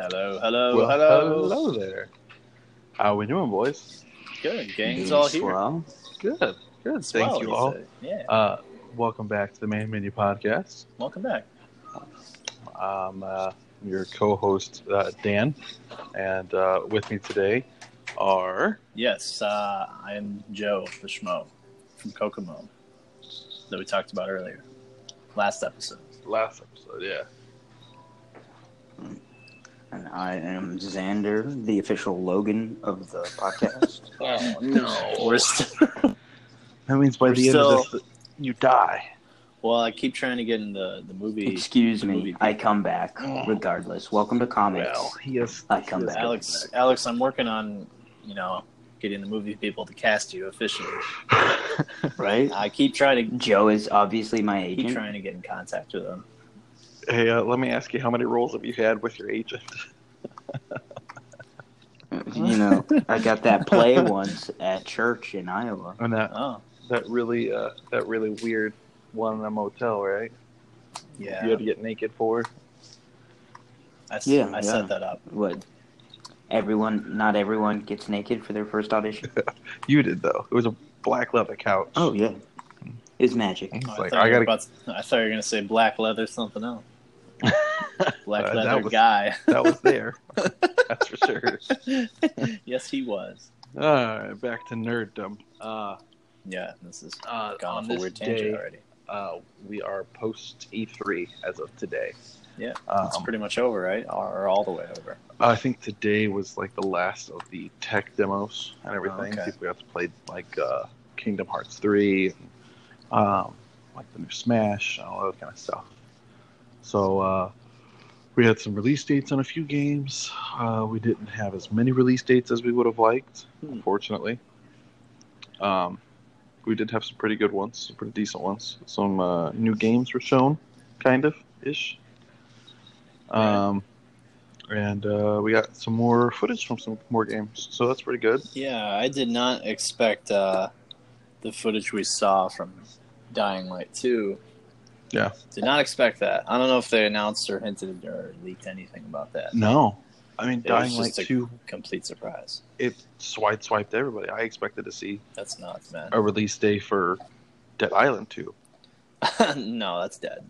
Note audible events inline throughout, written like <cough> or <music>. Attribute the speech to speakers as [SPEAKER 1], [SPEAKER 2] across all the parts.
[SPEAKER 1] Hello, hello,
[SPEAKER 2] Well,
[SPEAKER 1] hello.
[SPEAKER 2] hello there. How we doing, boys?
[SPEAKER 1] Good, gang's all here.
[SPEAKER 3] Swell.
[SPEAKER 2] Good. Good.
[SPEAKER 1] Swell,
[SPEAKER 2] Thank you
[SPEAKER 1] it's,
[SPEAKER 2] all.
[SPEAKER 1] uh, yeah,
[SPEAKER 2] Uh, welcome back to the Main Menu Podcast.
[SPEAKER 1] welcome back.
[SPEAKER 2] I'm uh, your co-host uh, Dan, and uh, with me today are
[SPEAKER 1] Yes, uh, I am Joe the Schmo from Kokomo that we talked about earlier, last episode.
[SPEAKER 2] last episode. Yeah,
[SPEAKER 3] And I am Xander, the official Logan of the podcast.
[SPEAKER 1] Oh no, <laughs> we're st-
[SPEAKER 2] <laughs> that means by
[SPEAKER 1] We're
[SPEAKER 2] the end of
[SPEAKER 1] still-
[SPEAKER 2] this, you die.
[SPEAKER 1] well. I keep trying to get in the
[SPEAKER 2] <laughs>
[SPEAKER 1] the movie.
[SPEAKER 3] Excuse
[SPEAKER 1] the
[SPEAKER 3] me,
[SPEAKER 1] movie.
[SPEAKER 3] I come back
[SPEAKER 2] Oh.
[SPEAKER 3] regardless. Welcome to comics.
[SPEAKER 2] Well, he is.
[SPEAKER 3] I come
[SPEAKER 2] he is
[SPEAKER 3] back.
[SPEAKER 1] Alex, Alex, I'm working on you know getting the movie people to cast you officially.
[SPEAKER 3] right?
[SPEAKER 1] I keep trying
[SPEAKER 3] Joe is obviously my
[SPEAKER 1] to keep
[SPEAKER 3] agent.
[SPEAKER 1] trying to get in contact with them.
[SPEAKER 2] <laughs> Hey, uh, let me ask you, how many roles have you had with your agent?
[SPEAKER 3] You know, I got that play once at church in Iowa.
[SPEAKER 2] And that
[SPEAKER 1] Oh
[SPEAKER 2] that really uh, that really weird one in a motel, right?
[SPEAKER 1] yeah,
[SPEAKER 2] You had to get naked for.
[SPEAKER 1] I, s-
[SPEAKER 3] Yeah,
[SPEAKER 1] I
[SPEAKER 3] yeah.
[SPEAKER 1] set that up.
[SPEAKER 3] What? Everyone, not everyone gets naked for their first audition.
[SPEAKER 2] You did though. It was a black leather couch.
[SPEAKER 3] Oh yeah, it's magic.
[SPEAKER 2] It's
[SPEAKER 1] Oh,
[SPEAKER 2] like,
[SPEAKER 1] thought
[SPEAKER 2] I
[SPEAKER 1] you were
[SPEAKER 2] gotta.
[SPEAKER 1] about to- I thought you were gonna say black leather
[SPEAKER 2] <laughs>
[SPEAKER 1] something else. Black
[SPEAKER 2] Uh, that
[SPEAKER 1] leather
[SPEAKER 2] was-
[SPEAKER 1] guy. <laughs>
[SPEAKER 2] that was there. That's for sure.
[SPEAKER 1] yes, he was.
[SPEAKER 2] All right, back to nerddom. Uh,
[SPEAKER 1] Yeah, this is
[SPEAKER 2] uh, on
[SPEAKER 1] gone off a
[SPEAKER 2] this
[SPEAKER 1] weird tangent
[SPEAKER 2] day,
[SPEAKER 1] already.
[SPEAKER 2] uh, we are post E3 as of today.
[SPEAKER 1] Yeah,
[SPEAKER 2] um,
[SPEAKER 1] It's pretty much over, right? Or all the way over.
[SPEAKER 2] I think today was like the last of the tech demos and everything.
[SPEAKER 1] Okay.
[SPEAKER 2] People got to play like uh, Kingdom Hearts 3, and, um, like the new Smash, and all that kind of stuff. So uh, we had some release dates on a few games. Uh, we didn't have as many release dates as we would have liked,
[SPEAKER 1] Hmm.
[SPEAKER 2] unfortunately. Um, we did have some pretty good ones, some pretty decent ones. Some uh, new games were shown, kind of ish. Um, and uh, we got some more footage from some more games, so that's pretty good.
[SPEAKER 1] Yeah, I did not expect uh, the footage we saw from Dying Light 2.
[SPEAKER 2] Yeah.
[SPEAKER 1] Did not expect that. I don't know if they announced or hinted or leaked anything about that.
[SPEAKER 2] No, I mean
[SPEAKER 1] It was
[SPEAKER 2] Dying Light
[SPEAKER 1] just a-
[SPEAKER 2] Two,
[SPEAKER 1] Complete surprise.
[SPEAKER 2] it swipe swiped everybody. I expected to see
[SPEAKER 1] That's nuts, man. <laughs>
[SPEAKER 2] a release day for Dead Island Two.
[SPEAKER 1] no, that's dead.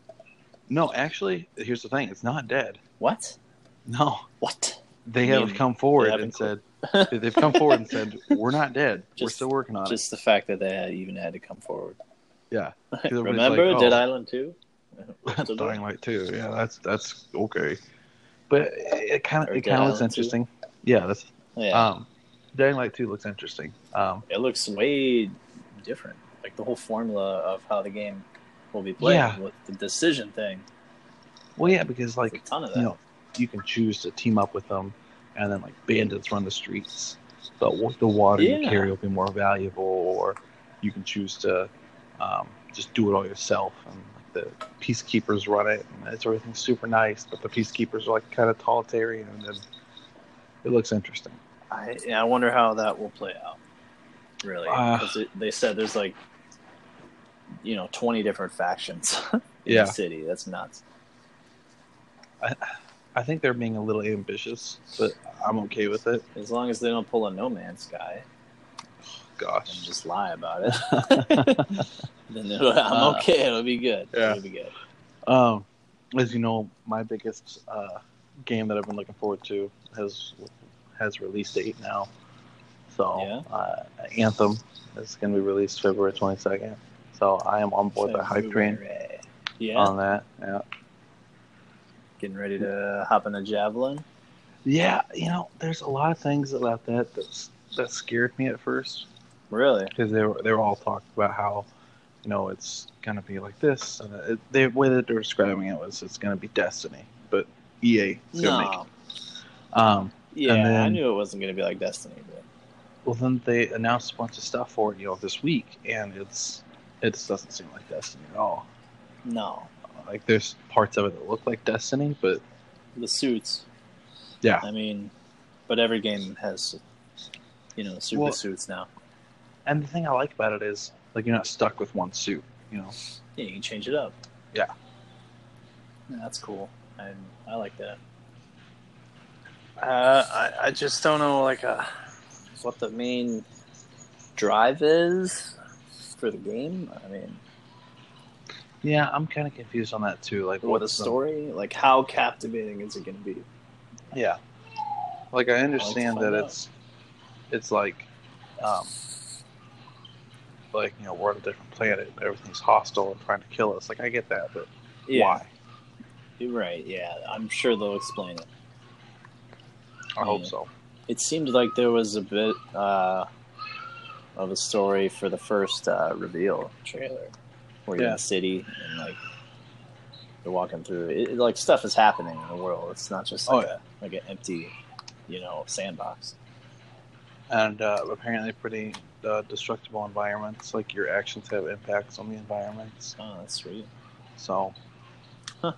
[SPEAKER 2] No, actually, here's the thing: it's not dead.
[SPEAKER 1] What?
[SPEAKER 2] No,
[SPEAKER 1] What?
[SPEAKER 2] they
[SPEAKER 1] I mean,
[SPEAKER 2] have come forward
[SPEAKER 1] they
[SPEAKER 2] and
[SPEAKER 1] haven't
[SPEAKER 2] said
[SPEAKER 1] <laughs>
[SPEAKER 2] they've come forward and said we're not dead. we're
[SPEAKER 1] Just-
[SPEAKER 2] still working on
[SPEAKER 1] Just the fact that they had even had to come forward.
[SPEAKER 2] Yeah. everybody's
[SPEAKER 1] Remember
[SPEAKER 2] like, oh.
[SPEAKER 1] Dead Island
[SPEAKER 2] <laughs>
[SPEAKER 1] 2?
[SPEAKER 2] it. Dying Light Two. Yeah, that's that's okay. But it kind of
[SPEAKER 1] Or
[SPEAKER 2] it
[SPEAKER 1] Dead
[SPEAKER 2] kind of looks
[SPEAKER 1] Island 2.
[SPEAKER 2] interesting. Yeah, that's
[SPEAKER 1] Yeah.
[SPEAKER 2] um, Dying Light Two looks interesting. Um,
[SPEAKER 1] it looks way different. Like the whole formula of how the game will be played
[SPEAKER 2] Yeah.
[SPEAKER 1] with the decision thing.
[SPEAKER 2] well, yeah, because like
[SPEAKER 1] There's a ton of that.
[SPEAKER 2] you know, you can choose to team up with them, and then like bandits run the streets. The wa- the water you
[SPEAKER 1] Yeah.
[SPEAKER 2] carry will be more valuable, or you can choose to um, just do it all yourself. And like the peacekeepers run it, and it's everything's super nice. But the peacekeepers are like kind of totalitarian, and it looks interesting.
[SPEAKER 1] I, yeah, I wonder how that will play out. Really,
[SPEAKER 2] Uh.
[SPEAKER 1] 'Cause it- they said there's like, you know, 20 different factions <laughs> in
[SPEAKER 2] Yeah,
[SPEAKER 1] the city. That's nuts.
[SPEAKER 2] I think they're being a little ambitious, but I'm okay with it.
[SPEAKER 1] As long as they don't pull a No Man's Sky and
[SPEAKER 2] Gosh,
[SPEAKER 1] just lie about
[SPEAKER 2] <laughs>
[SPEAKER 1] it, <laughs> then it'll, I'm
[SPEAKER 2] Uh.
[SPEAKER 1] okay. It'll be good.
[SPEAKER 2] Yeah.
[SPEAKER 1] It'll be good.
[SPEAKER 2] Um, as you know, my biggest uh, game that I've been looking forward to has has release date now. So uh, Anthem is going to be released February twenty second. So I am on board the hype train Um,
[SPEAKER 1] February. Yeah,
[SPEAKER 2] on that. Yeah.
[SPEAKER 1] getting ready to hop in a javelin.
[SPEAKER 2] yeah, you know, there's a lot of things about that that's, that scared me at first.
[SPEAKER 1] Really?
[SPEAKER 2] because they were they were all talking about how you know it's gonna be like this and it, the way that they're describing it was it's gonna be Destiny, but EA is gonna make
[SPEAKER 1] No.
[SPEAKER 2] it. Um,
[SPEAKER 1] Yeah,
[SPEAKER 2] And
[SPEAKER 1] I
[SPEAKER 2] then-
[SPEAKER 1] knew it wasn't going to be like Destiny. But
[SPEAKER 2] well, then they announced a bunch of stuff for it, you know, this week, and it's it just doesn't seem like Destiny at all.
[SPEAKER 1] no,
[SPEAKER 2] Like there's parts of it that look like Destiny, but
[SPEAKER 1] the suits.
[SPEAKER 2] Yeah.
[SPEAKER 1] I mean, but every game has, you know, super
[SPEAKER 2] Well-
[SPEAKER 1] suits now.
[SPEAKER 2] and the thing I like about it is like you're not stuck with one suit, you know.
[SPEAKER 1] Yeah, you can change it up.
[SPEAKER 2] Yeah.
[SPEAKER 1] Yeah, that's cool. I I like that. Uh, I, I just don't know like uh, what the main drive is for the game. I mean,
[SPEAKER 2] Yeah, I'm kind of confused on that too. Like,
[SPEAKER 1] or
[SPEAKER 2] what
[SPEAKER 1] the story. Like, how captivating is it going to be?
[SPEAKER 2] Yeah. Like I understand
[SPEAKER 1] find
[SPEAKER 2] that
[SPEAKER 1] out.
[SPEAKER 2] it's it's like um like, you know, we're on a different planet and everything's hostile and trying to kill us. Like I get that, but why?
[SPEAKER 1] You're right. Yeah, I'm sure they'll explain it.
[SPEAKER 2] I hope
[SPEAKER 1] Yeah.
[SPEAKER 2] so.
[SPEAKER 1] It seemed like there was a bit uh, of a story for the first uh, reveal trailer, where you're
[SPEAKER 2] Yeah.
[SPEAKER 1] in the city and like you're walking through. It, it- like stuff is happening in the world. It's not just
[SPEAKER 2] Oh,
[SPEAKER 1] like,
[SPEAKER 2] yeah.
[SPEAKER 1] a, like an empty, you know, sandbox.
[SPEAKER 2] And uh, apparently pretty uh, destructible environments, like your actions have impacts on the environments.
[SPEAKER 1] Oh, that's sweet.
[SPEAKER 2] So
[SPEAKER 1] Huh.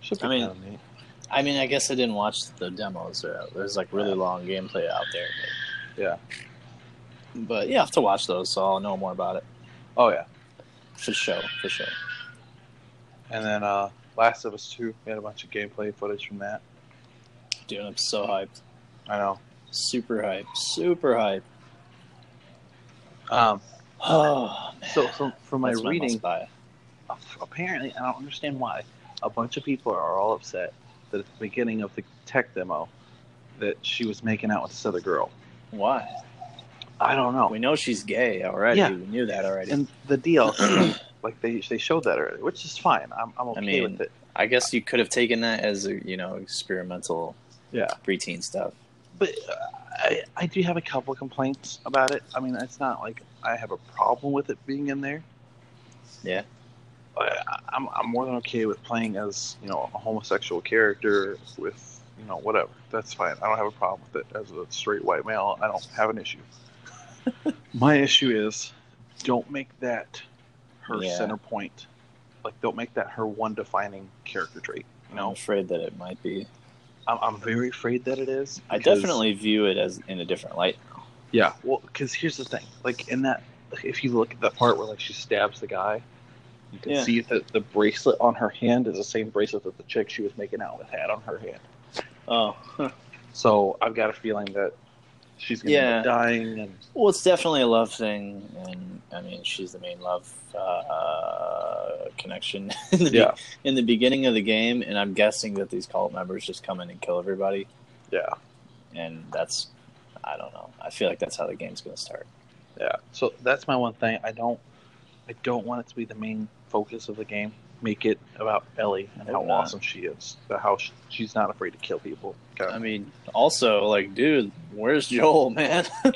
[SPEAKER 2] should be
[SPEAKER 1] I mean-
[SPEAKER 2] kinda neat.
[SPEAKER 1] I mean, I guess I didn't watch the demos. Or, there's like really long gameplay out there. But,
[SPEAKER 2] Yeah.
[SPEAKER 1] But yeah, I have to watch those, so I'll know more about it
[SPEAKER 2] Oh yeah.
[SPEAKER 1] for sure. For sure.
[SPEAKER 2] And then uh Last of Us Two, we had a bunch of gameplay footage from that.
[SPEAKER 1] Dude, I'm so hyped.
[SPEAKER 2] I know.
[SPEAKER 1] Super hyped.
[SPEAKER 2] <sighs>
[SPEAKER 1] Super hyped.
[SPEAKER 2] Um
[SPEAKER 1] Oh man. <sighs>
[SPEAKER 2] so, so from my
[SPEAKER 1] That's my
[SPEAKER 2] reading
[SPEAKER 1] must buy.
[SPEAKER 2] apparently, I don't understand why, a bunch of people are all upset that at the beginning of the tech demo, that she was making out with this other girl.
[SPEAKER 1] Why?
[SPEAKER 2] I don't know.
[SPEAKER 1] We know she's gay already.
[SPEAKER 2] Oh. Yeah.
[SPEAKER 1] We knew that already.
[SPEAKER 2] And the DLC, <clears throat> like they they showed that earlier, which is fine. I'm I'm okay
[SPEAKER 1] mean-
[SPEAKER 2] with it.
[SPEAKER 1] I guess you could have taken that as a you know experimental
[SPEAKER 2] Yeah,
[SPEAKER 1] preteen stuff.
[SPEAKER 2] but uh, I I do have a couple complaints about it. I mean, it's not like I have a problem with it being in there.
[SPEAKER 1] Yeah.
[SPEAKER 2] I, I'm I'm more than okay with playing as you know a homosexual character with you know whatever. That's fine. I don't have a problem with it. As a straight white male, I don't have an issue.
[SPEAKER 1] <laughs>
[SPEAKER 2] My issue is, don't make that her
[SPEAKER 1] Yeah.
[SPEAKER 2] center point. Like, don't make that her one defining character trait. You
[SPEAKER 1] I'm
[SPEAKER 2] know,
[SPEAKER 1] afraid that it might be.
[SPEAKER 2] I'm, I'm very afraid that it is.
[SPEAKER 1] I
[SPEAKER 2] because-
[SPEAKER 1] definitely view it as in a different light.
[SPEAKER 2] yeah. Well, because here's the thing. Like in that, if you look at the part where like she stabs the guy, you can
[SPEAKER 1] Yeah.
[SPEAKER 2] see that the bracelet on her hand is the same bracelet that the chick she was making out with had on her hand. <laughs>
[SPEAKER 1] Oh,
[SPEAKER 2] So I've got a feeling that she's gonna end up dying,
[SPEAKER 1] <laughs>
[SPEAKER 2] and
[SPEAKER 1] Well, it's definitely a love thing, and I mean, she's the main love uh, uh, connection <laughs> in the, be-
[SPEAKER 2] Yeah.
[SPEAKER 1] in the beginning of the game. And I'm guessing that these cult members just come in and kill everybody,
[SPEAKER 2] yeah,
[SPEAKER 1] and that's I don't know. I feel like that's how the game's going to start.
[SPEAKER 2] yeah. So that's my one thing. I don't, I don't want it to be the main focus of the game. Make it about Ellie and
[SPEAKER 1] Hope
[SPEAKER 2] how
[SPEAKER 1] not.
[SPEAKER 2] awesome she is, about how sh she's not afraid to kill people.
[SPEAKER 1] I mean, also, like, dude, where's Joel, man? <laughs> Is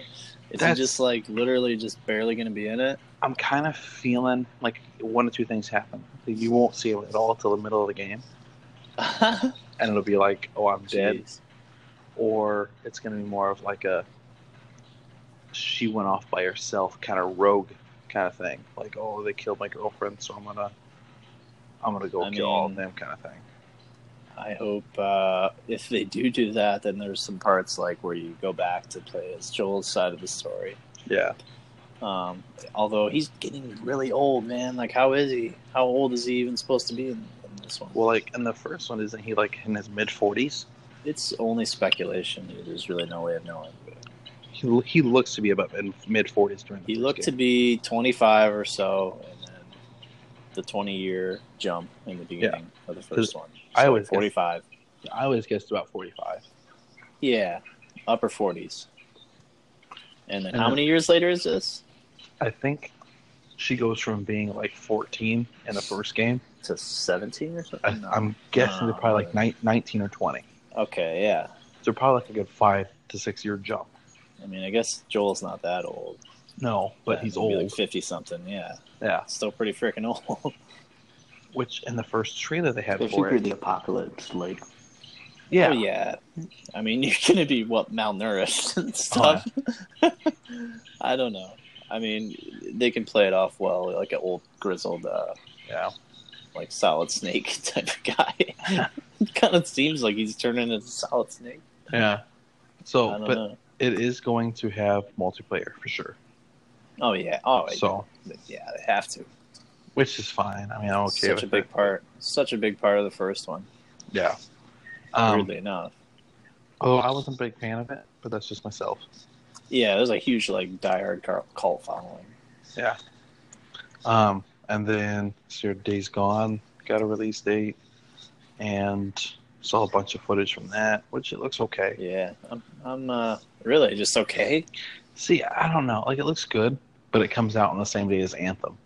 [SPEAKER 1] he
[SPEAKER 2] That's-
[SPEAKER 1] just like literally just barely going to be in it? <laughs>
[SPEAKER 2] I'm kind of feeling like one or two things happen. You won't see him at all till the middle of the game, and it'll be like, "Oh, I'm dead,"
[SPEAKER 1] Jeez.
[SPEAKER 2] or it's going to be more of like a she went off by herself kind of rogue kind of thing. Like, "Oh, they killed my girlfriend, so I'm gonna, I'm gonna go
[SPEAKER 1] I
[SPEAKER 2] kill all of
[SPEAKER 1] mean-
[SPEAKER 2] them," kind of thing.
[SPEAKER 1] I hope uh, if they do do that, then there's some parts like where you go back to play as Joel's side of the story.
[SPEAKER 2] Yeah,
[SPEAKER 1] Um, although he's getting really old, man. Like, how is he? How old is he even supposed to be in, in this one?
[SPEAKER 2] well, like in the first one, isn't he like in his mid 40s?
[SPEAKER 1] It's only speculation. dude. There's really no way of knowing.
[SPEAKER 2] He, he looks to be about in mid 40s during the
[SPEAKER 1] He
[SPEAKER 2] first
[SPEAKER 1] looked to
[SPEAKER 2] game.
[SPEAKER 1] be 25 or so, and then the 20 year jump in the beginning of the first
[SPEAKER 2] Because
[SPEAKER 1] one.
[SPEAKER 2] I
[SPEAKER 1] So
[SPEAKER 2] would guess-
[SPEAKER 1] 45.
[SPEAKER 2] I always guessed about 45.
[SPEAKER 1] Yeah, upper 40s. And then
[SPEAKER 2] And
[SPEAKER 1] how
[SPEAKER 2] then-
[SPEAKER 1] many years later is this?
[SPEAKER 2] I think she goes from being like 14 in the first game.
[SPEAKER 1] To 17 or
[SPEAKER 2] I,
[SPEAKER 1] something? No.
[SPEAKER 2] I'm guessing they're probably like nine, 19 or 20.
[SPEAKER 1] Okay, yeah.
[SPEAKER 2] So probably like a good five to six year jump.
[SPEAKER 1] I mean, I guess Joel's not that old.
[SPEAKER 2] No, but
[SPEAKER 1] Yeah,
[SPEAKER 2] he's
[SPEAKER 1] maybe
[SPEAKER 2] old.
[SPEAKER 1] Like 50 something, yeah.
[SPEAKER 2] yeah,
[SPEAKER 1] Still pretty freaking <laughs> old.
[SPEAKER 2] which in the first trailer they had
[SPEAKER 3] Especially
[SPEAKER 2] for
[SPEAKER 3] through
[SPEAKER 2] it.
[SPEAKER 3] the apocalypse, like
[SPEAKER 2] yeah.
[SPEAKER 1] Oh, yeah. I mean, <laughs> you're going to be what malnourished
[SPEAKER 2] Oh,
[SPEAKER 1] and stuff. <laughs> I don't know. I mean, they can play it off well, like an old grizzled, uh,
[SPEAKER 2] yeah,
[SPEAKER 1] like solid snake <laughs> type of
[SPEAKER 2] <laughs>
[SPEAKER 1] guy. it kind of seems like he's turning into solid snake.
[SPEAKER 2] yeah.
[SPEAKER 1] I
[SPEAKER 2] So,
[SPEAKER 1] don't
[SPEAKER 2] Oh, but
[SPEAKER 1] know.
[SPEAKER 2] it is going to have multiplayer for sure.
[SPEAKER 1] Oh yeah. Oh
[SPEAKER 2] So,
[SPEAKER 1] yeah. They have to.
[SPEAKER 2] which is fine. I mean, I'm okay
[SPEAKER 1] Such
[SPEAKER 2] with
[SPEAKER 1] a big
[SPEAKER 2] it.
[SPEAKER 1] part. Such a big part of the first one.
[SPEAKER 2] Yeah. Um,
[SPEAKER 1] weirdly enough.
[SPEAKER 2] Oh, I wasn't a big fan of it, but that's just myself.
[SPEAKER 1] Yeah, there's a huge like diehard car- cult following.
[SPEAKER 2] Yeah. Um, and then so your Days Gone got a release date, and saw a bunch of footage from that, which it looks okay.
[SPEAKER 1] Yeah, I'm, I'm uh, really just okay.
[SPEAKER 2] See, I don't know, like it looks good, but it comes out on the same day as Anthem,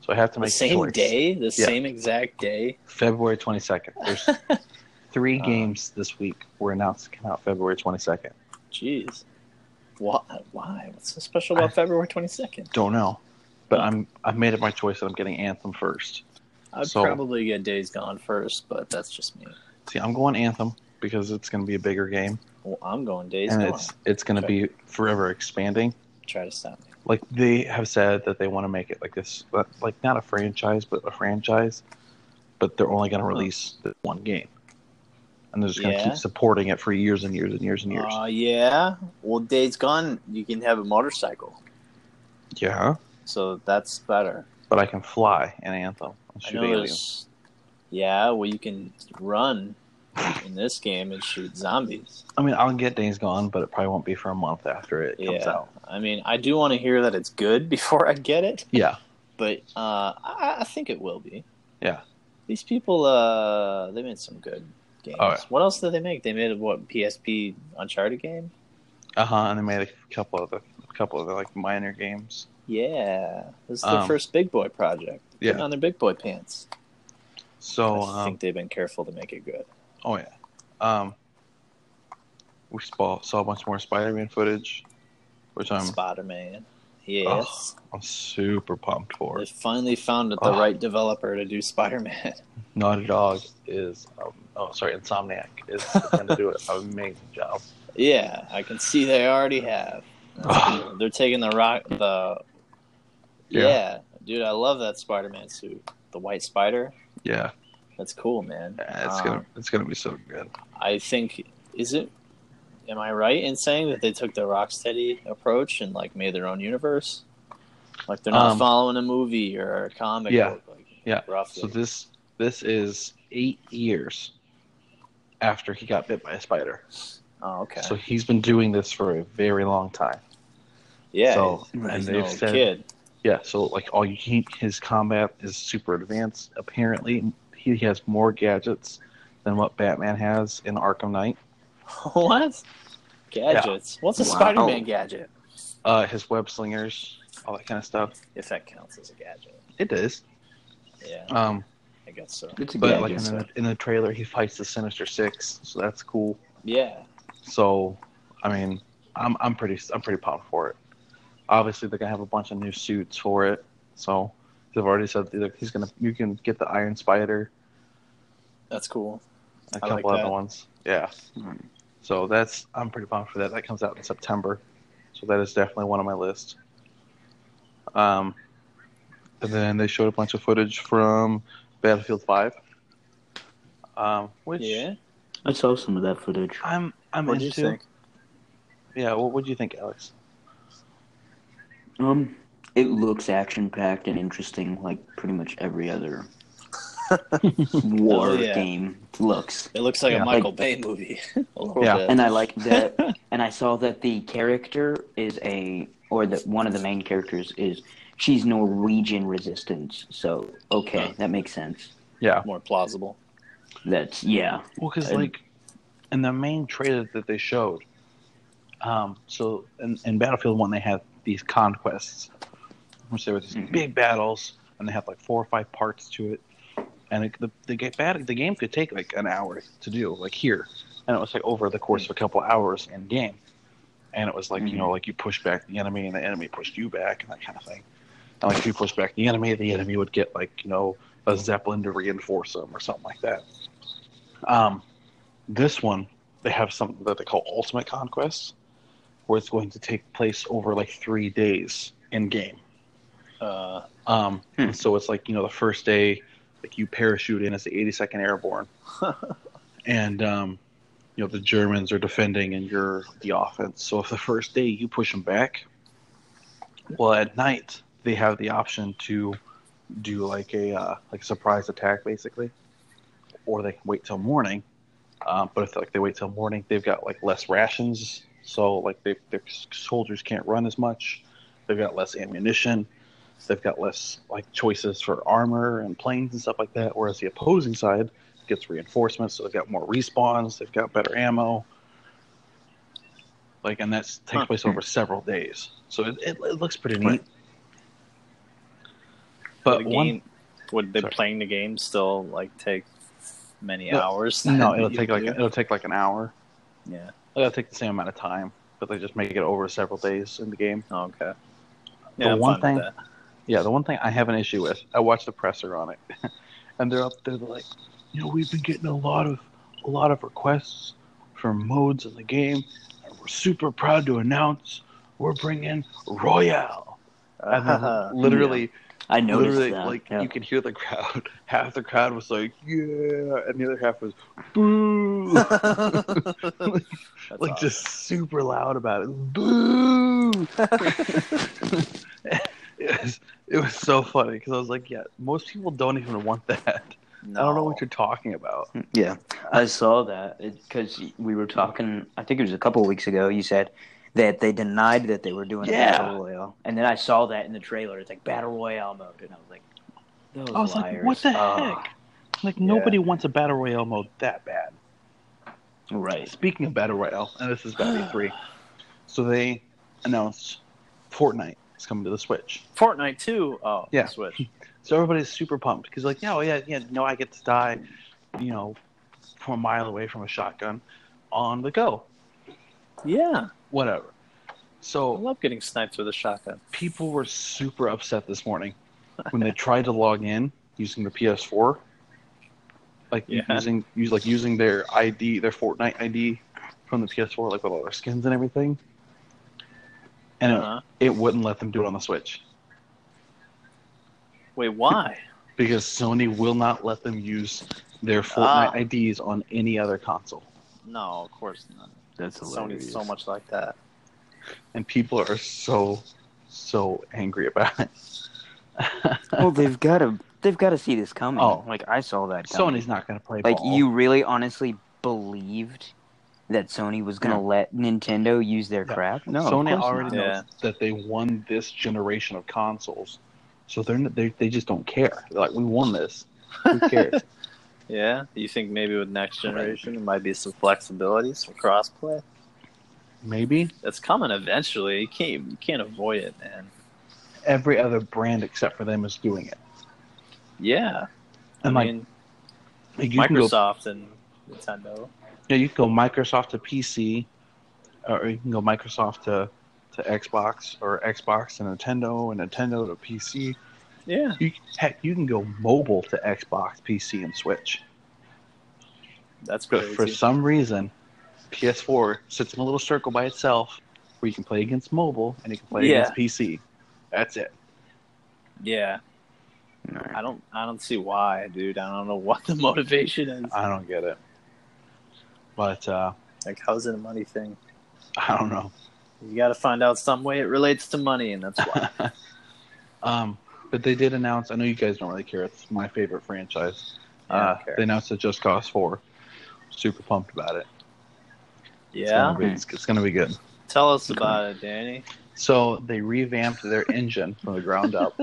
[SPEAKER 2] so I have to
[SPEAKER 1] The
[SPEAKER 2] make a
[SPEAKER 1] same
[SPEAKER 2] choice.
[SPEAKER 1] day, the
[SPEAKER 2] Yeah.
[SPEAKER 1] same exact day.
[SPEAKER 2] February twenty second.
[SPEAKER 1] <laughs>
[SPEAKER 2] There's three
[SPEAKER 1] Uh.
[SPEAKER 2] games this week were announced to come out February twenty second.
[SPEAKER 1] Jeez, why? Why? What's so special about
[SPEAKER 2] I-
[SPEAKER 1] February 22nd?
[SPEAKER 2] Don't know, but I'm I've made it my choice that I'm getting Anthem first.
[SPEAKER 1] I'd
[SPEAKER 2] So-
[SPEAKER 1] probably get Days Gone first, but that's just me.
[SPEAKER 2] See, I'm going Anthem because it's going to be a bigger game,
[SPEAKER 1] Well, I'm going Days
[SPEAKER 2] and
[SPEAKER 1] Gone.
[SPEAKER 2] it's it's going to
[SPEAKER 1] Okay.
[SPEAKER 2] be forever expanding.
[SPEAKER 1] Try to stop me.
[SPEAKER 2] Like they have said that they want to make it like this, but, like not a franchise, but a franchise. But they're only going to release the one game, and they're just going to
[SPEAKER 1] Yeah.
[SPEAKER 2] keep supporting it for years and years and years and years.
[SPEAKER 1] Uh, yeah. Well, Days Gone, you can have a motorcycle,
[SPEAKER 2] yeah,
[SPEAKER 1] so that's better.
[SPEAKER 2] but I can fly in Anthem. And
[SPEAKER 1] I
[SPEAKER 2] shoot
[SPEAKER 1] know
[SPEAKER 2] aliens.
[SPEAKER 1] there's. Yeah, well, you can run in this game and shoot zombies.
[SPEAKER 2] I mean, I'll get Days Gone, but it probably won't be for a month after it comes
[SPEAKER 1] Yeah.
[SPEAKER 2] out.
[SPEAKER 1] I mean, I do want to hear that it's good <laughs> before I get it,
[SPEAKER 2] Yeah,
[SPEAKER 1] but uh, I, I think it will be.
[SPEAKER 2] Yeah.
[SPEAKER 1] These people, uh, they made some good games.
[SPEAKER 2] Oh, yeah.
[SPEAKER 1] What else did they make? They made a, what PSP Uncharted game.
[SPEAKER 2] uh huh. And they made a couple of the couple of the, like minor games.
[SPEAKER 1] Yeah, this is their
[SPEAKER 2] Um,
[SPEAKER 1] first big boy project.
[SPEAKER 2] yeah.
[SPEAKER 1] Putting on their big boy pants.
[SPEAKER 2] So
[SPEAKER 1] I
[SPEAKER 2] um,
[SPEAKER 1] think they've been careful to make it good.
[SPEAKER 2] Oh yeah. Um, we saw saw a bunch more Spider-Man footage, which I'm
[SPEAKER 1] Spider Man.
[SPEAKER 2] Oh,
[SPEAKER 1] Yes.
[SPEAKER 2] I'm super pumped for.
[SPEAKER 1] they finally found the
[SPEAKER 2] Ugh.
[SPEAKER 1] right developer to do Spider Man.
[SPEAKER 2] Naughty Dog is um, oh sorry Insomniac is going to do an amazing job.
[SPEAKER 1] yeah, I can see they already have.
[SPEAKER 2] Ugh.
[SPEAKER 1] They're taking the rock the
[SPEAKER 2] Yeah.
[SPEAKER 1] yeah. dude, I love that Spider Man suit. The white spider.
[SPEAKER 2] Yeah,
[SPEAKER 1] That's cool, man.
[SPEAKER 2] yeah, it's
[SPEAKER 1] Um,
[SPEAKER 2] gonna it's gonna be so good.
[SPEAKER 1] I think is it am I right in saying that they took the Rocksteady approach and like made their own universe? Like they're not
[SPEAKER 2] Um,
[SPEAKER 1] following a movie or a comic
[SPEAKER 2] yeah,
[SPEAKER 1] book, like
[SPEAKER 2] yeah.
[SPEAKER 1] roughly.
[SPEAKER 2] So this this is eight years after he got bit by a spider.
[SPEAKER 1] oh, okay.
[SPEAKER 2] So he's been doing this for a very long time.
[SPEAKER 1] yeah.
[SPEAKER 2] so-
[SPEAKER 1] he's-
[SPEAKER 2] and
[SPEAKER 1] he's
[SPEAKER 2] they've
[SPEAKER 1] no
[SPEAKER 2] said-
[SPEAKER 1] kid. <laughs>
[SPEAKER 2] Yeah, so like all you he, his combat is super advanced. Apparently, he has more gadgets than what Batman has in Arkham Knight.
[SPEAKER 1] what? Gadgets. What's a
[SPEAKER 3] Wow.
[SPEAKER 1] Spider Man gadget?
[SPEAKER 2] Uh, his web slingers, all that kind of stuff.
[SPEAKER 1] If that counts as a gadget.
[SPEAKER 2] It is.
[SPEAKER 1] Yeah,
[SPEAKER 2] Um,
[SPEAKER 1] I guess so.
[SPEAKER 3] It's a
[SPEAKER 2] but
[SPEAKER 3] good
[SPEAKER 2] like in
[SPEAKER 3] guess.
[SPEAKER 2] the, in the trailer, he fights the Sinister Six, so that's cool.
[SPEAKER 1] Yeah.
[SPEAKER 2] So, I mean, I'm I'm pretty I'm pretty pumped for it. Obviously, they're gonna have a bunch of new suits for it. So they've already said that he's gonna you can get the Iron Spider,
[SPEAKER 1] That's cool.
[SPEAKER 2] a
[SPEAKER 1] I like
[SPEAKER 2] couple other
[SPEAKER 1] that.
[SPEAKER 2] ones. Yeah.
[SPEAKER 3] Hmm.
[SPEAKER 2] So that's I'm pretty pumped for that. That comes out in September, so that is definitely one on my list. Um, and then they showed a bunch of footage from Battlefield Five, um, which
[SPEAKER 1] Yeah.
[SPEAKER 3] I saw some of that footage.
[SPEAKER 2] I'm I'm
[SPEAKER 1] What do you
[SPEAKER 2] into.
[SPEAKER 1] think?
[SPEAKER 2] Yeah, what would you think, Alex?
[SPEAKER 3] Um, it looks action packed and interesting, like pretty much every
[SPEAKER 1] <laughs>
[SPEAKER 3] other war
[SPEAKER 1] Oh, yeah.
[SPEAKER 3] game looks.
[SPEAKER 1] It looks like
[SPEAKER 2] Yeah.
[SPEAKER 1] a Michael Bay movie. <laughs> a little
[SPEAKER 2] Yeah.
[SPEAKER 1] bit.
[SPEAKER 3] And I like that. and I saw that the character is a, or that one of the main characters is, she's Norwegian resistance. So okay,
[SPEAKER 1] Huh.
[SPEAKER 3] that makes sense.
[SPEAKER 2] Yeah,
[SPEAKER 1] <laughs> more plausible.
[SPEAKER 3] That's yeah.
[SPEAKER 2] well, because
[SPEAKER 3] And-
[SPEAKER 2] like in the main trailer that they showed, um, so in, in Battlefield One they had these conquests, which there were these
[SPEAKER 3] Mhm.
[SPEAKER 2] big battles, and they had like four or five parts to it, and it, the the ga- bat- the game could take like an hour to do, like here, and it was like over the course of a couple hours in game, and it was like you know like you push back the enemy, and the enemy pushed you back, and that kind of thing, and like if you push back the enemy, the enemy would get like you know a zeppelin to reinforce them or something like that. Um, this one they have something that they call Ultimate Conquest, where it's going to take place over like three days in game.
[SPEAKER 1] Uh,
[SPEAKER 2] Um,
[SPEAKER 3] Hmm.
[SPEAKER 2] and So it's like you know the first day, like you parachute in as the 82nd Airborne, and um, you know the Germans are defending and you're the offense. So if the first day you push them back, well at night they have the option to do like a uh, like a surprise attack basically, or they can wait till morning Um, but if like they wait till morning, they've got like less rations, so like they, their soldiers can't run as much. They've got less ammunition. They've got less like choices for armor and planes and stuff like that. Whereas the opposing side gets reinforcements, so they've got more respawns. They've got better ammo. Like, and that's takes
[SPEAKER 1] Huh.
[SPEAKER 2] place over several days, so it, it, it looks pretty
[SPEAKER 1] Right.
[SPEAKER 2] neat. But
[SPEAKER 1] the
[SPEAKER 2] one
[SPEAKER 1] game, would they
[SPEAKER 2] Sorry.
[SPEAKER 1] playing the game still like take many
[SPEAKER 2] No,
[SPEAKER 1] hours?
[SPEAKER 2] No,
[SPEAKER 1] that
[SPEAKER 2] it'll
[SPEAKER 1] you
[SPEAKER 2] take like
[SPEAKER 1] do?
[SPEAKER 2] it'll take like an hour.
[SPEAKER 1] yeah.
[SPEAKER 2] It'll take the same amount of time, but they just make it over several days in the game.
[SPEAKER 1] Oh, okay.
[SPEAKER 2] The
[SPEAKER 1] Yeah, I'm
[SPEAKER 2] one
[SPEAKER 1] fine with
[SPEAKER 2] thing- Yeah, the one thing I have an issue with, I watched the presser on it, <laughs> and they're up there like, you know, we've been getting a lot of a lot of requests for modes in the game, and we're super proud to announce we're bringing Royale.
[SPEAKER 1] that.
[SPEAKER 3] <laughs>
[SPEAKER 2] And
[SPEAKER 1] Uh-huh.
[SPEAKER 2] <laughs> then literally,
[SPEAKER 3] I noticed
[SPEAKER 2] literally,
[SPEAKER 3] that.
[SPEAKER 2] like
[SPEAKER 3] yeah.
[SPEAKER 2] you could hear the crowd. <laughs> Half the crowd was like, "Yeah," and the other half was, "Boo." <laughs>
[SPEAKER 1] That's
[SPEAKER 2] like
[SPEAKER 1] awesome.
[SPEAKER 2] just super loud about it. Boo! <laughs> it, was, it was so funny because I was like, yeah, most people don't even want that.
[SPEAKER 1] no.
[SPEAKER 2] I don't know what you're talking about.
[SPEAKER 3] Yeah, I saw that because we were talking. I think it was a couple weeks ago. You said that they denied that they were doing
[SPEAKER 2] Yeah.
[SPEAKER 3] a battle royale, and then I saw that in the trailer. It's like battle royale mode, and I was like, "Those
[SPEAKER 2] I was like,
[SPEAKER 3] liars."
[SPEAKER 2] what the
[SPEAKER 3] Ah,
[SPEAKER 2] heck? Like nobody wants a battle royale mode that bad.
[SPEAKER 3] right.
[SPEAKER 2] Speaking of battle royale, and this is Battle <sighs> Three, so they announced Fortnite is coming to the Switch.
[SPEAKER 1] Fortnite too. Oh,
[SPEAKER 2] Yeah.
[SPEAKER 1] Switch.
[SPEAKER 2] <laughs> So everybody's super pumped because, like, yeah, oh, yeah, yeah, no, I get to die, you know, from a mile away from a shotgun on the go,
[SPEAKER 1] Yeah,
[SPEAKER 2] whatever.
[SPEAKER 1] I
[SPEAKER 2] So
[SPEAKER 1] love getting sniped with a shotgun.
[SPEAKER 2] people were super upset this morning when they tried to log in using the PS4, like
[SPEAKER 1] Yeah.
[SPEAKER 2] using use like using their ID, their Fortnite ID from the PS4, like with all their skins and everything, and it-
[SPEAKER 1] Uh-huh.
[SPEAKER 2] it, wouldn't let them do it on the Switch
[SPEAKER 1] Wait, why?
[SPEAKER 2] because Sony will not let them use their
[SPEAKER 1] Ah.
[SPEAKER 2] Fortnite IDs on any other console.
[SPEAKER 1] No, of course not.
[SPEAKER 3] That's
[SPEAKER 1] Sony's so much like that.
[SPEAKER 2] and people are so so angry about it.
[SPEAKER 3] well, they've got to. They've got to see this coming.
[SPEAKER 2] Oh.
[SPEAKER 3] like I saw that. Coming.
[SPEAKER 2] Sony's not going to play
[SPEAKER 3] Like
[SPEAKER 2] ball.
[SPEAKER 3] you really honestly believed that Sony was gonna
[SPEAKER 2] Yeah.
[SPEAKER 3] let Nintendo use their
[SPEAKER 2] Yeah.
[SPEAKER 3] crap? No, of
[SPEAKER 2] Sony
[SPEAKER 3] course
[SPEAKER 2] already
[SPEAKER 3] not.
[SPEAKER 1] not.
[SPEAKER 2] knows that they won this generation of consoles, so they're n- they they just don't care. They're like we won this,
[SPEAKER 3] <laughs>
[SPEAKER 2] who cares?
[SPEAKER 1] Yeah, you think maybe with next generation it might be some flexibilities for crossplay?
[SPEAKER 2] Maybe
[SPEAKER 1] It's coming eventually. You can't you can't avoid it, man.
[SPEAKER 2] every other brand except for them is doing it,
[SPEAKER 1] Yeah, I
[SPEAKER 2] and like,
[SPEAKER 1] mean
[SPEAKER 2] like, you can go
[SPEAKER 1] Microsoft and Nintendo.
[SPEAKER 2] yeah, you can go Microsoft to PC, or you can go Microsoft to to Xbox or Xbox to Nintendo and Nintendo to PC.
[SPEAKER 1] Yeah,
[SPEAKER 2] You, heck, you can go mobile to Xbox, PC, and Switch.
[SPEAKER 1] that's
[SPEAKER 2] But
[SPEAKER 1] crazy.
[SPEAKER 2] for some reason, PS4 sits in a little circle by itself where you can play against mobile and you can play
[SPEAKER 1] Yeah.
[SPEAKER 2] against PC. That's it.
[SPEAKER 1] yeah,
[SPEAKER 3] Alright.
[SPEAKER 1] I don't I don't see why, dude. I don't know <laughs> what the motivation is.
[SPEAKER 2] I don't get it. But uh, <laughs>
[SPEAKER 1] Like, how's it a money thing?
[SPEAKER 2] I don't know.
[SPEAKER 1] You got to find out some way it relates to money, and that's
[SPEAKER 2] <laughs>
[SPEAKER 1] why.
[SPEAKER 2] Um, but they did announce. I know you guys don't really care. It's my favorite franchise.
[SPEAKER 1] I don't
[SPEAKER 2] Uh,
[SPEAKER 1] care.
[SPEAKER 2] they announced it Just Cause 4. Super pumped about it. It's
[SPEAKER 1] yeah,
[SPEAKER 2] gonna be- it's- it's going to be good.
[SPEAKER 1] tell us about it, Danny.
[SPEAKER 2] So they revamped their engine from the ground
[SPEAKER 1] <laughs>
[SPEAKER 2] up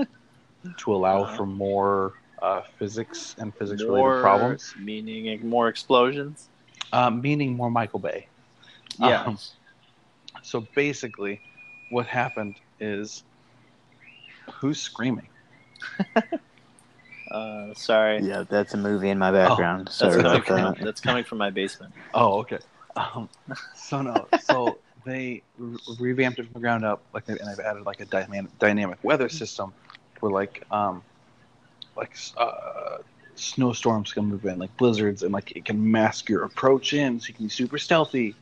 [SPEAKER 2] to allow
[SPEAKER 1] Uh-huh.
[SPEAKER 2] for more uh, physics and physics
[SPEAKER 1] More-
[SPEAKER 2] related problems,
[SPEAKER 1] meaning more explosions.
[SPEAKER 2] um, meaning more Michael Bay.
[SPEAKER 1] Yeah,
[SPEAKER 2] Um, so basically, what happened is who's screaming?
[SPEAKER 1] Uh, sorry.
[SPEAKER 3] Yeah, that's a movie in my background.
[SPEAKER 1] That's
[SPEAKER 3] Sorry
[SPEAKER 1] coming,
[SPEAKER 3] about
[SPEAKER 1] from,
[SPEAKER 3] that.
[SPEAKER 1] that's coming from my basement.
[SPEAKER 2] Oh, okay. Um, <laughs> so no, so they re- revamped it from the ground up, like, and they've added like a dynamic dynamic weather system, where like um, like uh, snowstorms can move in, like blizzards, and like it can mask your approach in, so you can be super stealthy,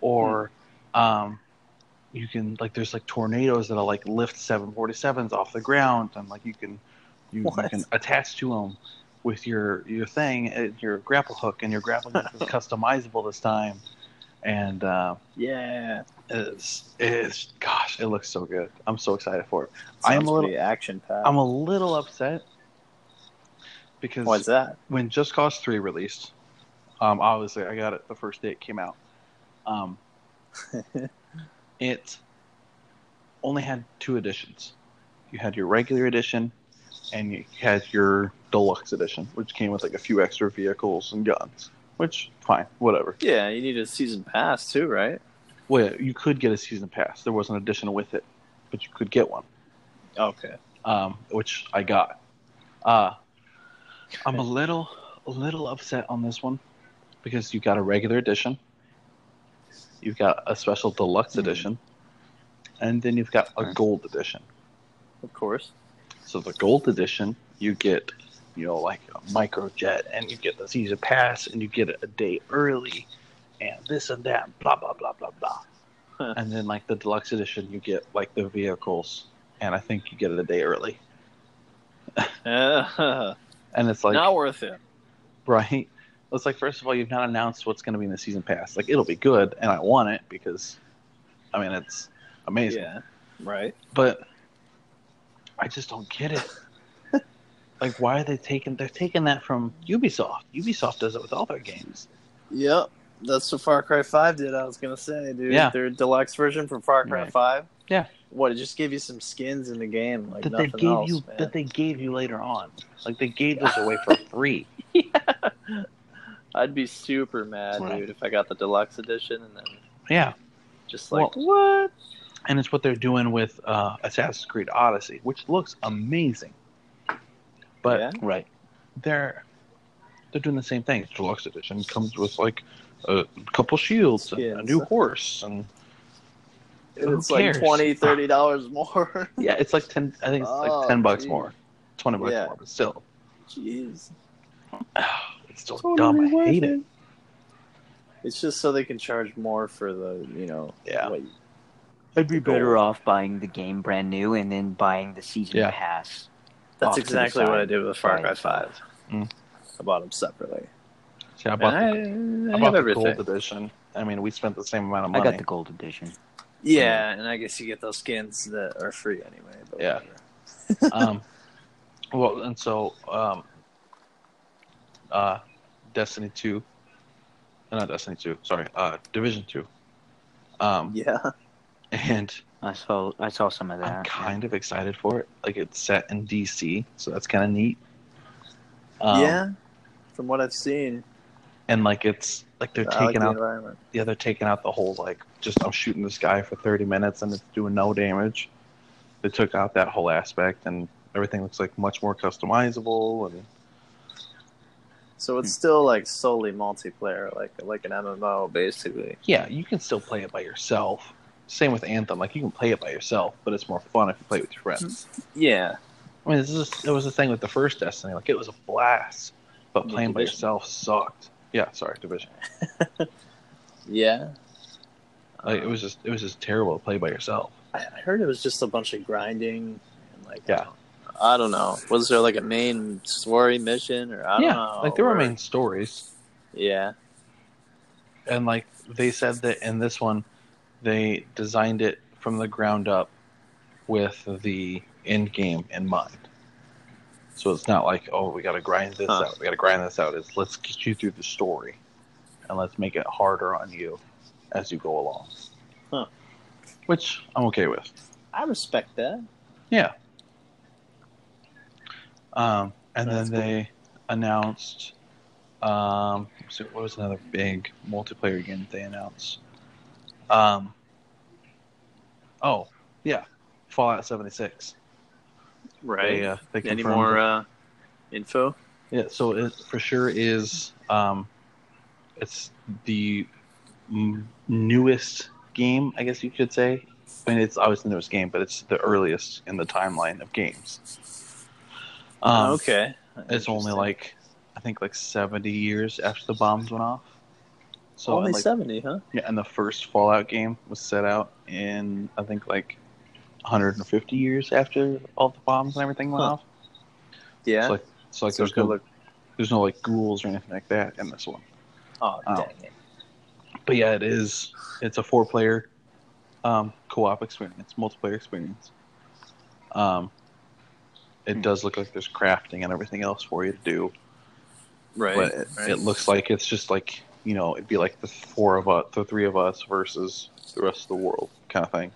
[SPEAKER 2] or um, you can like there's like tornadoes that'll like lift 747s off the ground, and like you can you, you
[SPEAKER 1] What?
[SPEAKER 2] can attach to them with your your thing, uh, your grapple hook, and your grapple hook is customizable this time, and. Uh,
[SPEAKER 1] Yeah,
[SPEAKER 2] it's, it's gosh, it looks so good. I'm so excited for it. I
[SPEAKER 1] I
[SPEAKER 2] am
[SPEAKER 1] am
[SPEAKER 2] a little-
[SPEAKER 1] action packed.
[SPEAKER 2] I'm a little upset because
[SPEAKER 1] Why's that?
[SPEAKER 2] when Just Cause 3 released, Um, obviously, I got it the first day it came out.
[SPEAKER 1] <laughs>
[SPEAKER 2] Um, it only had two editions. You had your regular edition, and you had your deluxe edition, which came with like a few extra vehicles and guns. Which fine, whatever.
[SPEAKER 1] Yeah, you need a season pass too, right?
[SPEAKER 2] Well, you could get a season pass. There was an edition with it, but you could get one,
[SPEAKER 1] Okay.
[SPEAKER 2] um, which I got. Uh, I'm a little, a little upset on this one because you got a regular edition, you've got a special deluxe
[SPEAKER 1] Hmm.
[SPEAKER 2] edition, and then you've got a
[SPEAKER 3] Okay.
[SPEAKER 2] gold edition.
[SPEAKER 1] Of <laughs> course.
[SPEAKER 2] So the gold edition, you get, you know, like a microjet, and you get the season pass, and you get it a day early, and this and that, blah blah blah blah blah.
[SPEAKER 1] Huh.
[SPEAKER 2] And then like the deluxe edition, you get like the vehicles, and I think you get it a day early. And it's like
[SPEAKER 1] Not worth it.
[SPEAKER 2] <laughs> right. It's like first of all, you've not announced what's going to be in the season pass. Like it'll be good, and I want it because, I mean, it's amazing.
[SPEAKER 1] Yeah. Right.
[SPEAKER 2] but I just don't get it.
[SPEAKER 1] <laughs>
[SPEAKER 2] like, why are they taking? They're taking that from Ubisoft. Ubisoft does it with all their games.
[SPEAKER 1] Yep. That's what Far Cry Five did. I was gonna say, dude.
[SPEAKER 2] Yeah.
[SPEAKER 1] Their deluxe version for Far Cry
[SPEAKER 2] Right.
[SPEAKER 1] Five.
[SPEAKER 2] Yeah.
[SPEAKER 1] What? It just gave you some skins in the game, like
[SPEAKER 2] that they
[SPEAKER 1] nothing
[SPEAKER 2] gave
[SPEAKER 1] else,
[SPEAKER 2] you.
[SPEAKER 1] man.
[SPEAKER 2] That they gave you later on. Like they gave this away
[SPEAKER 1] <laughs>
[SPEAKER 2] for free.
[SPEAKER 1] I'd be super mad,
[SPEAKER 2] Right.
[SPEAKER 1] dude, if I got the deluxe edition and then
[SPEAKER 2] Yeah,
[SPEAKER 1] just like
[SPEAKER 2] what? And it's what they're doing with uh, Assassin's Creed Odyssey, which looks amazing. But
[SPEAKER 1] Yeah.
[SPEAKER 3] Right.
[SPEAKER 2] they're they're doing the same thing. Deluxe edition comes with like a couple shields, and a
[SPEAKER 1] Skins.
[SPEAKER 2] new horse, and who
[SPEAKER 1] it's like
[SPEAKER 2] cares?
[SPEAKER 1] twenty, thirty dollars more. <laughs>
[SPEAKER 2] Yeah, it's like ten. I think it's
[SPEAKER 1] Oh,
[SPEAKER 2] like ten bucks
[SPEAKER 1] geez.
[SPEAKER 2] more, twenty bucks
[SPEAKER 1] Yeah.
[SPEAKER 2] more, but still,
[SPEAKER 1] Jeez.
[SPEAKER 2] it's still dumb. I hate it.
[SPEAKER 1] It's just so they can charge more for the, you know,
[SPEAKER 2] Yeah.
[SPEAKER 1] what-
[SPEAKER 3] I'd be
[SPEAKER 1] Gold.
[SPEAKER 3] better off buying the game brand new and then buying the season
[SPEAKER 2] Yeah.
[SPEAKER 3] pass.
[SPEAKER 1] That's
[SPEAKER 3] Off to the
[SPEAKER 1] exactly what
[SPEAKER 3] side.
[SPEAKER 1] I did with Far Cry
[SPEAKER 3] Right.
[SPEAKER 1] Five.
[SPEAKER 2] Mm.
[SPEAKER 1] I bought them separately.
[SPEAKER 2] See, I
[SPEAKER 1] And
[SPEAKER 2] bought, the,
[SPEAKER 1] I, I
[SPEAKER 2] I
[SPEAKER 1] have
[SPEAKER 2] bought the
[SPEAKER 1] everything.
[SPEAKER 2] gold edition. I mean, we spent the same amount of
[SPEAKER 3] I
[SPEAKER 2] money.
[SPEAKER 3] got the gold edition.
[SPEAKER 1] Yeah, and I guess you get those skins that are free anyway. But
[SPEAKER 2] Yeah.
[SPEAKER 1] whatever.
[SPEAKER 2] um, well, and so, um, uh, Destiny two, uh, not Destiny two. Sorry, uh, Division two. Um,
[SPEAKER 1] Yeah.
[SPEAKER 2] and
[SPEAKER 3] I saw I saw some of that.
[SPEAKER 2] I'm kind of excited for it. Like it's set in DC, so that's kind of neat. Um,
[SPEAKER 1] <laughs> yeah. From what I've seen,
[SPEAKER 2] and like it's like they're
[SPEAKER 1] I like
[SPEAKER 2] taking
[SPEAKER 1] the
[SPEAKER 2] out
[SPEAKER 1] environment.
[SPEAKER 2] yeah, they're taking out the whole like just I'm shooting this guy for 30 minutes and it's doing no damage. They took out that whole aspect and everything looks like much more customizable and
[SPEAKER 1] So
[SPEAKER 2] Hmm.
[SPEAKER 1] it's still like solely multiplayer, like like an MMO basically.
[SPEAKER 2] yeah, you can still play it by yourself. Same with Anthem, like you can play it by yourself, but it's more fun if you play it with your friends.
[SPEAKER 1] Yeah.
[SPEAKER 2] I mean, this is it was the thing with the first Destiny, like it was a blast, but
[SPEAKER 1] The
[SPEAKER 2] playing by
[SPEAKER 1] Division.
[SPEAKER 2] yourself sucked. Yeah, sorry, Division.
[SPEAKER 1] Yeah.
[SPEAKER 2] Like, it was just it was just terrible to play by yourself.
[SPEAKER 1] I I heard it was just a bunch of grinding and like
[SPEAKER 2] Yeah.
[SPEAKER 1] I don't know. Was there like a main story mission or I don't
[SPEAKER 2] yeah,
[SPEAKER 1] know.
[SPEAKER 2] like there were
[SPEAKER 1] or-
[SPEAKER 2] main stories,
[SPEAKER 1] Yeah.
[SPEAKER 2] and like they said that in this one they designed it from the ground up with the end game in mind so it's not like oh we gotta grind this
[SPEAKER 1] Huh.
[SPEAKER 2] out we gotta grind this out it's let's get you through the story and let's make it harder on you as you go along
[SPEAKER 1] Huh.
[SPEAKER 2] which i'm okay with
[SPEAKER 1] I respect that.
[SPEAKER 2] yeah. Um, and
[SPEAKER 1] That's
[SPEAKER 2] then
[SPEAKER 1] cool.
[SPEAKER 2] they announced. Um, so what was another big multiplayer game they announced? Um, oh yeah, Fallout seventy six. They, uh, they
[SPEAKER 1] Any
[SPEAKER 2] confirmed
[SPEAKER 1] more
[SPEAKER 2] it. Um,
[SPEAKER 1] uh, info?
[SPEAKER 2] Yeah, so it for sure is. Um, it's the m- newest game, I guess you could say. I mean, it's always the newest game, but it's the earliest in the timeline of games. Um,
[SPEAKER 1] Oh, okay.
[SPEAKER 2] It's only
[SPEAKER 1] Interesting.
[SPEAKER 2] like I think like seventy years after the bombs went off. So
[SPEAKER 1] only
[SPEAKER 2] and, like,
[SPEAKER 1] seventy, huh?
[SPEAKER 2] yeah, and the first Fallout game was set out in I think like 150 years after all the bombs and everything went
[SPEAKER 1] Huh.
[SPEAKER 2] off.
[SPEAKER 1] Yeah.
[SPEAKER 2] So like, so, like
[SPEAKER 1] So
[SPEAKER 2] there's
[SPEAKER 1] good
[SPEAKER 2] no
[SPEAKER 1] look.
[SPEAKER 2] there's no like ghouls or anything like that in this one.
[SPEAKER 1] Oh,
[SPEAKER 2] Oh.
[SPEAKER 1] dang it.
[SPEAKER 2] But yeah, it is. It's a four player um, co op experience, multiplayer experience. Um, it
[SPEAKER 3] Hmm.
[SPEAKER 2] Hmm. does look like there's crafting and everything else for you to do.
[SPEAKER 1] Right.
[SPEAKER 2] but it,
[SPEAKER 1] right.
[SPEAKER 2] it looks like it's just like you know it'd be like the four of us, the three of us versus the rest of the world kind of thing.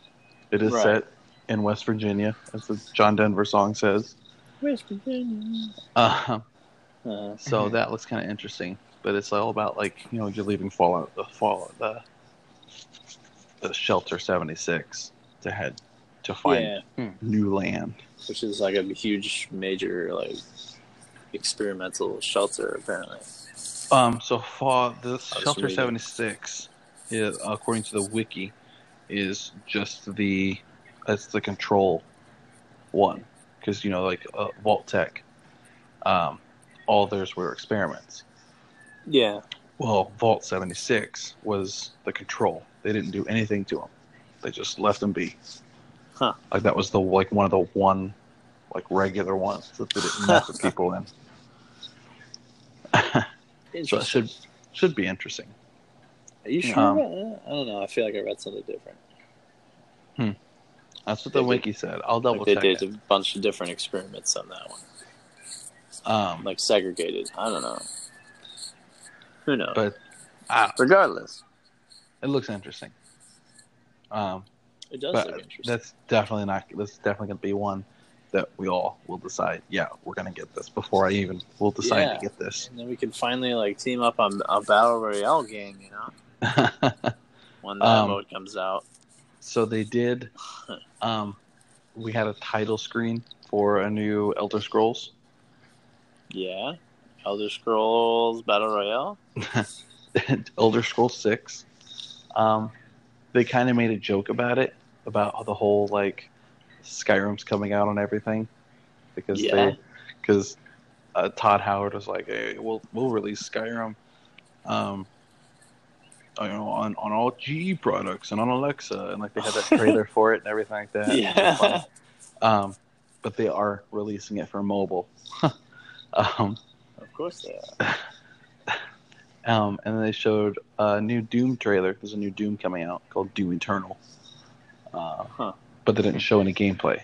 [SPEAKER 2] It is
[SPEAKER 1] Right.
[SPEAKER 2] set in West Virginia, as the John Denver song says.
[SPEAKER 1] West Virginia.
[SPEAKER 2] Um,
[SPEAKER 1] Uh,
[SPEAKER 2] so that looks kind of interesting, but it's all about like you know you're leaving Fallout the Fallout the, the Shelter seventy six to head to find
[SPEAKER 1] yeah,
[SPEAKER 2] new land.
[SPEAKER 1] which is like a huge, major, like experimental shelter apparently.
[SPEAKER 2] Um, so far, the Shelter
[SPEAKER 1] reading.
[SPEAKER 2] seventy six, is according to the wiki, is just the that's the control one because you know like uh, Vault Tech, um, all theirs were experiments.
[SPEAKER 1] Yeah.
[SPEAKER 2] Well, Vault seventy six was the control. They didn't do anything to them. They just left them be.
[SPEAKER 1] Huh.
[SPEAKER 2] Like that was the like one of the one, like regular ones that they didn't mess with people in. <laughs> so it
[SPEAKER 1] Interesting.
[SPEAKER 2] should should be interesting.
[SPEAKER 1] Are you sure?
[SPEAKER 2] Um,
[SPEAKER 1] about that? I don't know. I feel like I read something different.
[SPEAKER 2] That's what the
[SPEAKER 1] They did-
[SPEAKER 2] wiki said. I'll double
[SPEAKER 1] Like they
[SPEAKER 2] check
[SPEAKER 1] did
[SPEAKER 2] it.
[SPEAKER 1] a bunch of different experiments on that one,
[SPEAKER 2] Um,
[SPEAKER 1] like segregated. I don't know. Who knows?
[SPEAKER 2] but ah,
[SPEAKER 1] regardless,
[SPEAKER 2] it looks interesting. Um,
[SPEAKER 1] it does look
[SPEAKER 2] but
[SPEAKER 1] interesting.
[SPEAKER 2] that's definitely not. That's definitely going to be one that we all will decide. Yeah, we're going to get this before I even will decide
[SPEAKER 1] Yeah.
[SPEAKER 2] to get this.
[SPEAKER 1] And then we can finally like team up on a battle royale game, you know, when that
[SPEAKER 2] Um,
[SPEAKER 1] mode comes out.
[SPEAKER 2] <laughs> so they did. Um, we had a title screen for a new Elder Scrolls. <laughs>
[SPEAKER 1] Yeah, Elder Scrolls Battle Royale.
[SPEAKER 2] Elder Scrolls Six. Um, they kind of made a joke about it, about the whole like Skyrim's coming out on everything, because
[SPEAKER 1] Yeah.
[SPEAKER 2] they because uh, Todd Howard was like, "Hey, we'll we'll release Skyrim, um, you know, on on all GE products and on Alexa," and like they had that trailer for it and everything like that. It was
[SPEAKER 1] Yeah.
[SPEAKER 2] fun. Um, but they are releasing it for mobile. <laughs> um,
[SPEAKER 1] <laughs> Of course they are.
[SPEAKER 2] um, and then they showed a new Doom trailer. There's a new Doom coming out called Doom Eternal. Uh,
[SPEAKER 1] Huh.
[SPEAKER 2] But they didn't show any gameplay.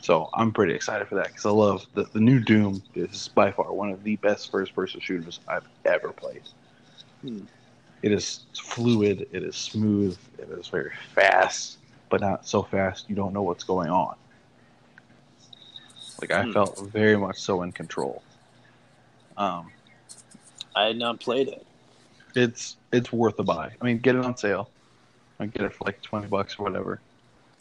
[SPEAKER 2] So I'm pretty excited for that because I love the, the new Doom is by far one of the best first person shooters I've ever played.
[SPEAKER 1] Hmm.
[SPEAKER 2] It is fluid, it is smooth, it is very fast, but not so fast you don't know what's going on. Like I
[SPEAKER 1] Hmm.
[SPEAKER 2] felt very much so in control. Um,
[SPEAKER 1] I had not played it.
[SPEAKER 2] it's it's worth a buy. I mean, get it on sale. I get it for like twenty bucks or whatever.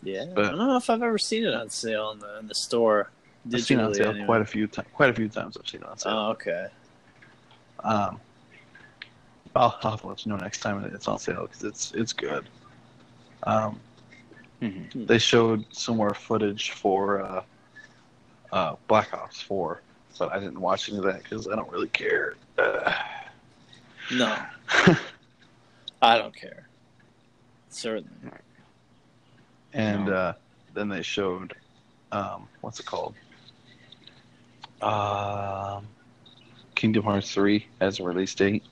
[SPEAKER 1] Yeah, I
[SPEAKER 2] But-
[SPEAKER 1] don't know if I've ever seen it on sale in the in the store. Digitally,
[SPEAKER 2] I've seen it on sale
[SPEAKER 1] anyway.
[SPEAKER 2] quite a few times. Quite a few times I've seen it on sale.
[SPEAKER 1] Oh, okay. Oh.
[SPEAKER 2] um, I'll, I'll have to let you know next time it's on sale because it's it's good. Um,
[SPEAKER 4] Mm-hmm.
[SPEAKER 3] Mhm.
[SPEAKER 2] they showed some more footage for uh, uh, Black Ops Four, but I didn't watch any of that because I don't really care. Uh,
[SPEAKER 1] No,
[SPEAKER 2] <laughs>
[SPEAKER 1] I don't care. Certainly.
[SPEAKER 2] and uh, then they showed um, what's it called um, kingdom hearts 3 as a release date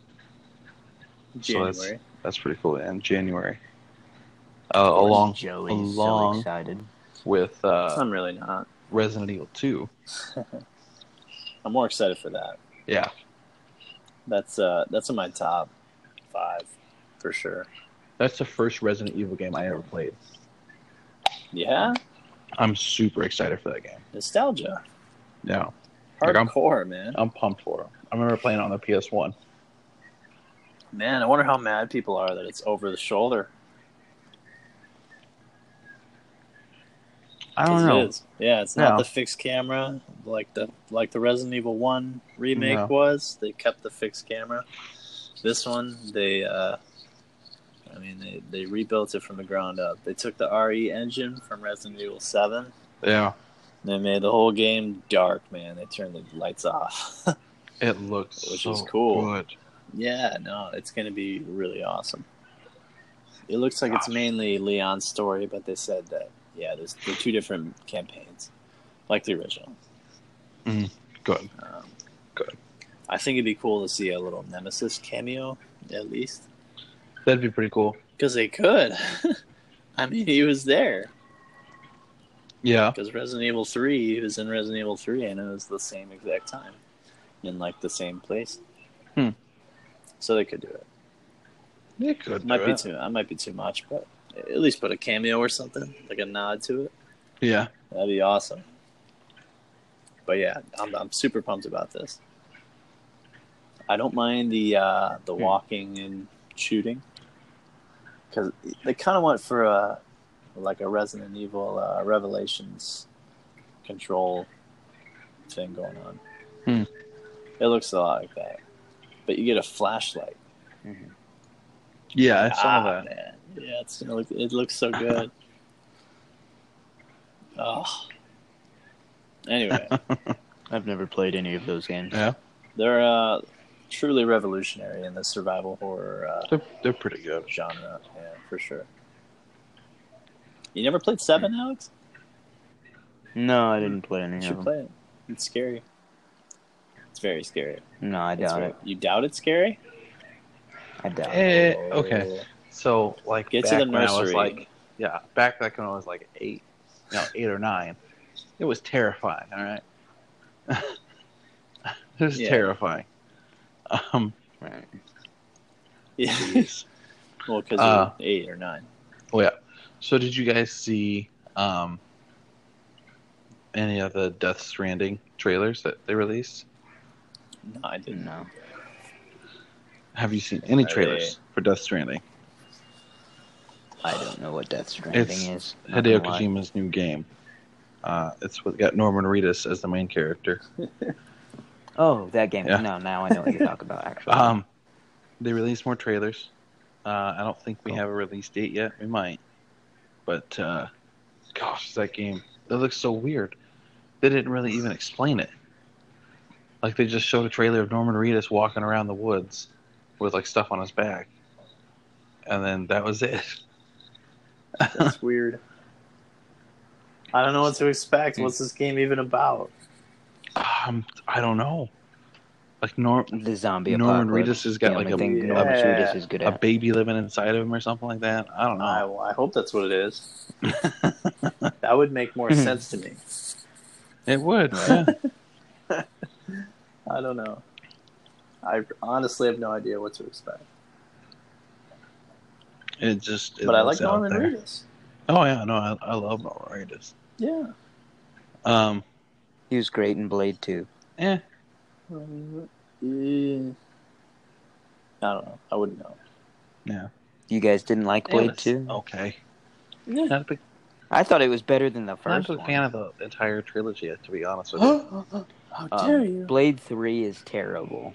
[SPEAKER 1] January.
[SPEAKER 2] that's- that's pretty cool and january uh, along
[SPEAKER 3] Joey's
[SPEAKER 2] along-
[SPEAKER 3] so excited.
[SPEAKER 2] with uh,
[SPEAKER 1] I'm really not.
[SPEAKER 2] resident evil 2
[SPEAKER 1] I'm more excited for that.
[SPEAKER 2] yeah
[SPEAKER 1] That's uh that's in my top five for sure.
[SPEAKER 2] that's the first resident evil game i ever played
[SPEAKER 1] Yeah,
[SPEAKER 2] i'm super excited for that game
[SPEAKER 1] nostalgia,
[SPEAKER 2] yeah Like, I'm-
[SPEAKER 1] hardcore, man.
[SPEAKER 2] i'm pumped for it i remember playing it on the ps1
[SPEAKER 1] Man, I wonder how mad people are that it's over the shoulder.
[SPEAKER 2] i
[SPEAKER 1] 'Cause
[SPEAKER 2] don't
[SPEAKER 1] it
[SPEAKER 2] know
[SPEAKER 1] is. Yeah, it's not
[SPEAKER 2] No.
[SPEAKER 1] the fixed camera like the like the Resident Evil One remake
[SPEAKER 2] No.
[SPEAKER 1] was. They kept the fixed camera. This one, they, uh, I mean, they they rebuilt it from the ground up. They took the RE engine from Resident Evil Seven.
[SPEAKER 2] yeah
[SPEAKER 1] And they made the whole game dark, man. They turned the lights off. <laughs>
[SPEAKER 2] it looks
[SPEAKER 1] Which
[SPEAKER 2] so
[SPEAKER 1] is cool.
[SPEAKER 2] good
[SPEAKER 1] Yeah, no, it's going to be really awesome. It looks like it's
[SPEAKER 2] Gosh.
[SPEAKER 1] mainly Leon's story, but they said that yeah, there's there are two different campaigns, like the original.
[SPEAKER 2] good
[SPEAKER 1] Um,
[SPEAKER 2] Good.
[SPEAKER 1] I think it'd be cool to see a little Nemesis cameo at least,
[SPEAKER 2] that'd be pretty cool
[SPEAKER 1] because they could. <laughs> I mean, he was there
[SPEAKER 2] yeah
[SPEAKER 1] because Resident Evil Three. He was in Resident Evil Three, and it was the same exact time. in like the same place.
[SPEAKER 2] Hmm.
[SPEAKER 1] So they could do it.
[SPEAKER 2] They could
[SPEAKER 1] might
[SPEAKER 2] do
[SPEAKER 1] be
[SPEAKER 2] it.
[SPEAKER 1] too. I might be too much, but at least put a cameo or something, like a nod to it.
[SPEAKER 2] Yeah.
[SPEAKER 1] That'd be awesome. But yeah, I'm I'm super pumped about this. I don't mind the uh, the
[SPEAKER 2] Hmm.
[SPEAKER 1] walking and shooting because they kind of went for a like a Resident Evil uh, Revelations control thing going on.
[SPEAKER 2] Hmm.
[SPEAKER 1] It looks a lot like that, but you get a flashlight.
[SPEAKER 2] Yeah, I saw
[SPEAKER 1] Ah,
[SPEAKER 2] that.
[SPEAKER 1] Man. Yeah, it's gonna look. It looks so good. <laughs> oh.
[SPEAKER 2] <laughs>
[SPEAKER 1] Anyway,
[SPEAKER 4] I've never played any of those games.
[SPEAKER 2] Yeah.
[SPEAKER 1] they're uh, truly revolutionary in the survival horror uh,
[SPEAKER 2] They're, they're pretty good.
[SPEAKER 1] genre. Yeah, for sure. You never played Seven,
[SPEAKER 2] Hmm.
[SPEAKER 1] Alex?
[SPEAKER 4] No, I didn't play
[SPEAKER 1] You
[SPEAKER 4] any
[SPEAKER 1] should
[SPEAKER 4] of them.
[SPEAKER 1] play it. It's scary. It's very scary.
[SPEAKER 4] No, I
[SPEAKER 1] It's
[SPEAKER 4] doubt
[SPEAKER 1] very-
[SPEAKER 4] it.
[SPEAKER 1] You doubt it's scary?
[SPEAKER 4] I doubt it.
[SPEAKER 2] Eh, okay. So like
[SPEAKER 1] Get
[SPEAKER 2] back
[SPEAKER 1] to the
[SPEAKER 2] when I was
[SPEAKER 1] nursery.
[SPEAKER 2] like yeah, back back when I was like eight, no eight or nine, it was terrifying. All right, <laughs> it was
[SPEAKER 1] Yeah.
[SPEAKER 2] terrifying. Um,
[SPEAKER 4] Right.
[SPEAKER 1] Yeah.
[SPEAKER 2] <laughs> geez.
[SPEAKER 1] Oh. <laughs> well, because
[SPEAKER 2] Uh,
[SPEAKER 1] you're eight or nine.
[SPEAKER 2] oh yeah. So did you guys see um any of the Death Stranding trailers that they released?
[SPEAKER 1] No, I didn't.
[SPEAKER 4] No.
[SPEAKER 2] Have you seen any
[SPEAKER 1] Are
[SPEAKER 2] trailers for Death Stranding?
[SPEAKER 4] I don't know what Death Stranding
[SPEAKER 2] It's
[SPEAKER 4] is. not
[SPEAKER 2] Hideo
[SPEAKER 4] gonna lie.
[SPEAKER 2] Kojima's new game. Uh, it's what got Norman Reedus as the main character.
[SPEAKER 4] Oh, that game.
[SPEAKER 2] Yeah.
[SPEAKER 4] No, now I know what you
[SPEAKER 2] <laughs>
[SPEAKER 4] talk about, actually.
[SPEAKER 2] Um, they released more trailers. Uh, I don't think we
[SPEAKER 4] Cool.
[SPEAKER 2] have a release date yet. We might, but uh, gosh, that game it looks so weird. They didn't really even explain it. Like they just showed a trailer of Norman Reedus walking around the woods with like stuff on his back, and then that was it. <laughs>
[SPEAKER 1] That's weird. I don't know what to expect. What's this game even about?
[SPEAKER 2] Um, I don't know. Like Norm,
[SPEAKER 4] the zombie
[SPEAKER 2] Norman
[SPEAKER 4] apocalypse.
[SPEAKER 2] Reedus has got,
[SPEAKER 4] the
[SPEAKER 2] like,
[SPEAKER 4] only
[SPEAKER 2] a- uh,
[SPEAKER 4] thing
[SPEAKER 1] Yeah.
[SPEAKER 4] Norman Reedus is good
[SPEAKER 2] a
[SPEAKER 4] at.
[SPEAKER 2] baby living inside of him or something like that. I don't know.
[SPEAKER 1] I, well, I hope that's what
[SPEAKER 2] <laughs>
[SPEAKER 1] it is. that would make more
[SPEAKER 2] Hmm.
[SPEAKER 1] sense to me.
[SPEAKER 2] it would. Yeah.
[SPEAKER 1] I don't know. I honestly have no idea what to expect.
[SPEAKER 2] it just. It
[SPEAKER 1] but I like
[SPEAKER 2] looks out
[SPEAKER 1] Norman
[SPEAKER 2] there.
[SPEAKER 1] Reedus.
[SPEAKER 2] Oh yeah, no, I, I love Norman Reedus.
[SPEAKER 1] Yeah.
[SPEAKER 2] Um,
[SPEAKER 4] He was great in Blade 2.
[SPEAKER 2] eh,
[SPEAKER 1] Um, yeah. I don't know. I wouldn't know.
[SPEAKER 2] yeah,
[SPEAKER 4] You guys didn't like
[SPEAKER 2] It
[SPEAKER 4] Blade
[SPEAKER 2] was
[SPEAKER 4] 2?
[SPEAKER 2] Okay,
[SPEAKER 1] Yeah.
[SPEAKER 2] not a big,
[SPEAKER 4] I thought it was better than the
[SPEAKER 2] not a
[SPEAKER 4] first
[SPEAKER 2] big
[SPEAKER 4] one.
[SPEAKER 2] fan of the entire trilogy, to be honest with you.
[SPEAKER 1] <gasps> How
[SPEAKER 4] Um,
[SPEAKER 1] dare you?
[SPEAKER 4] Blade 3 is terrible.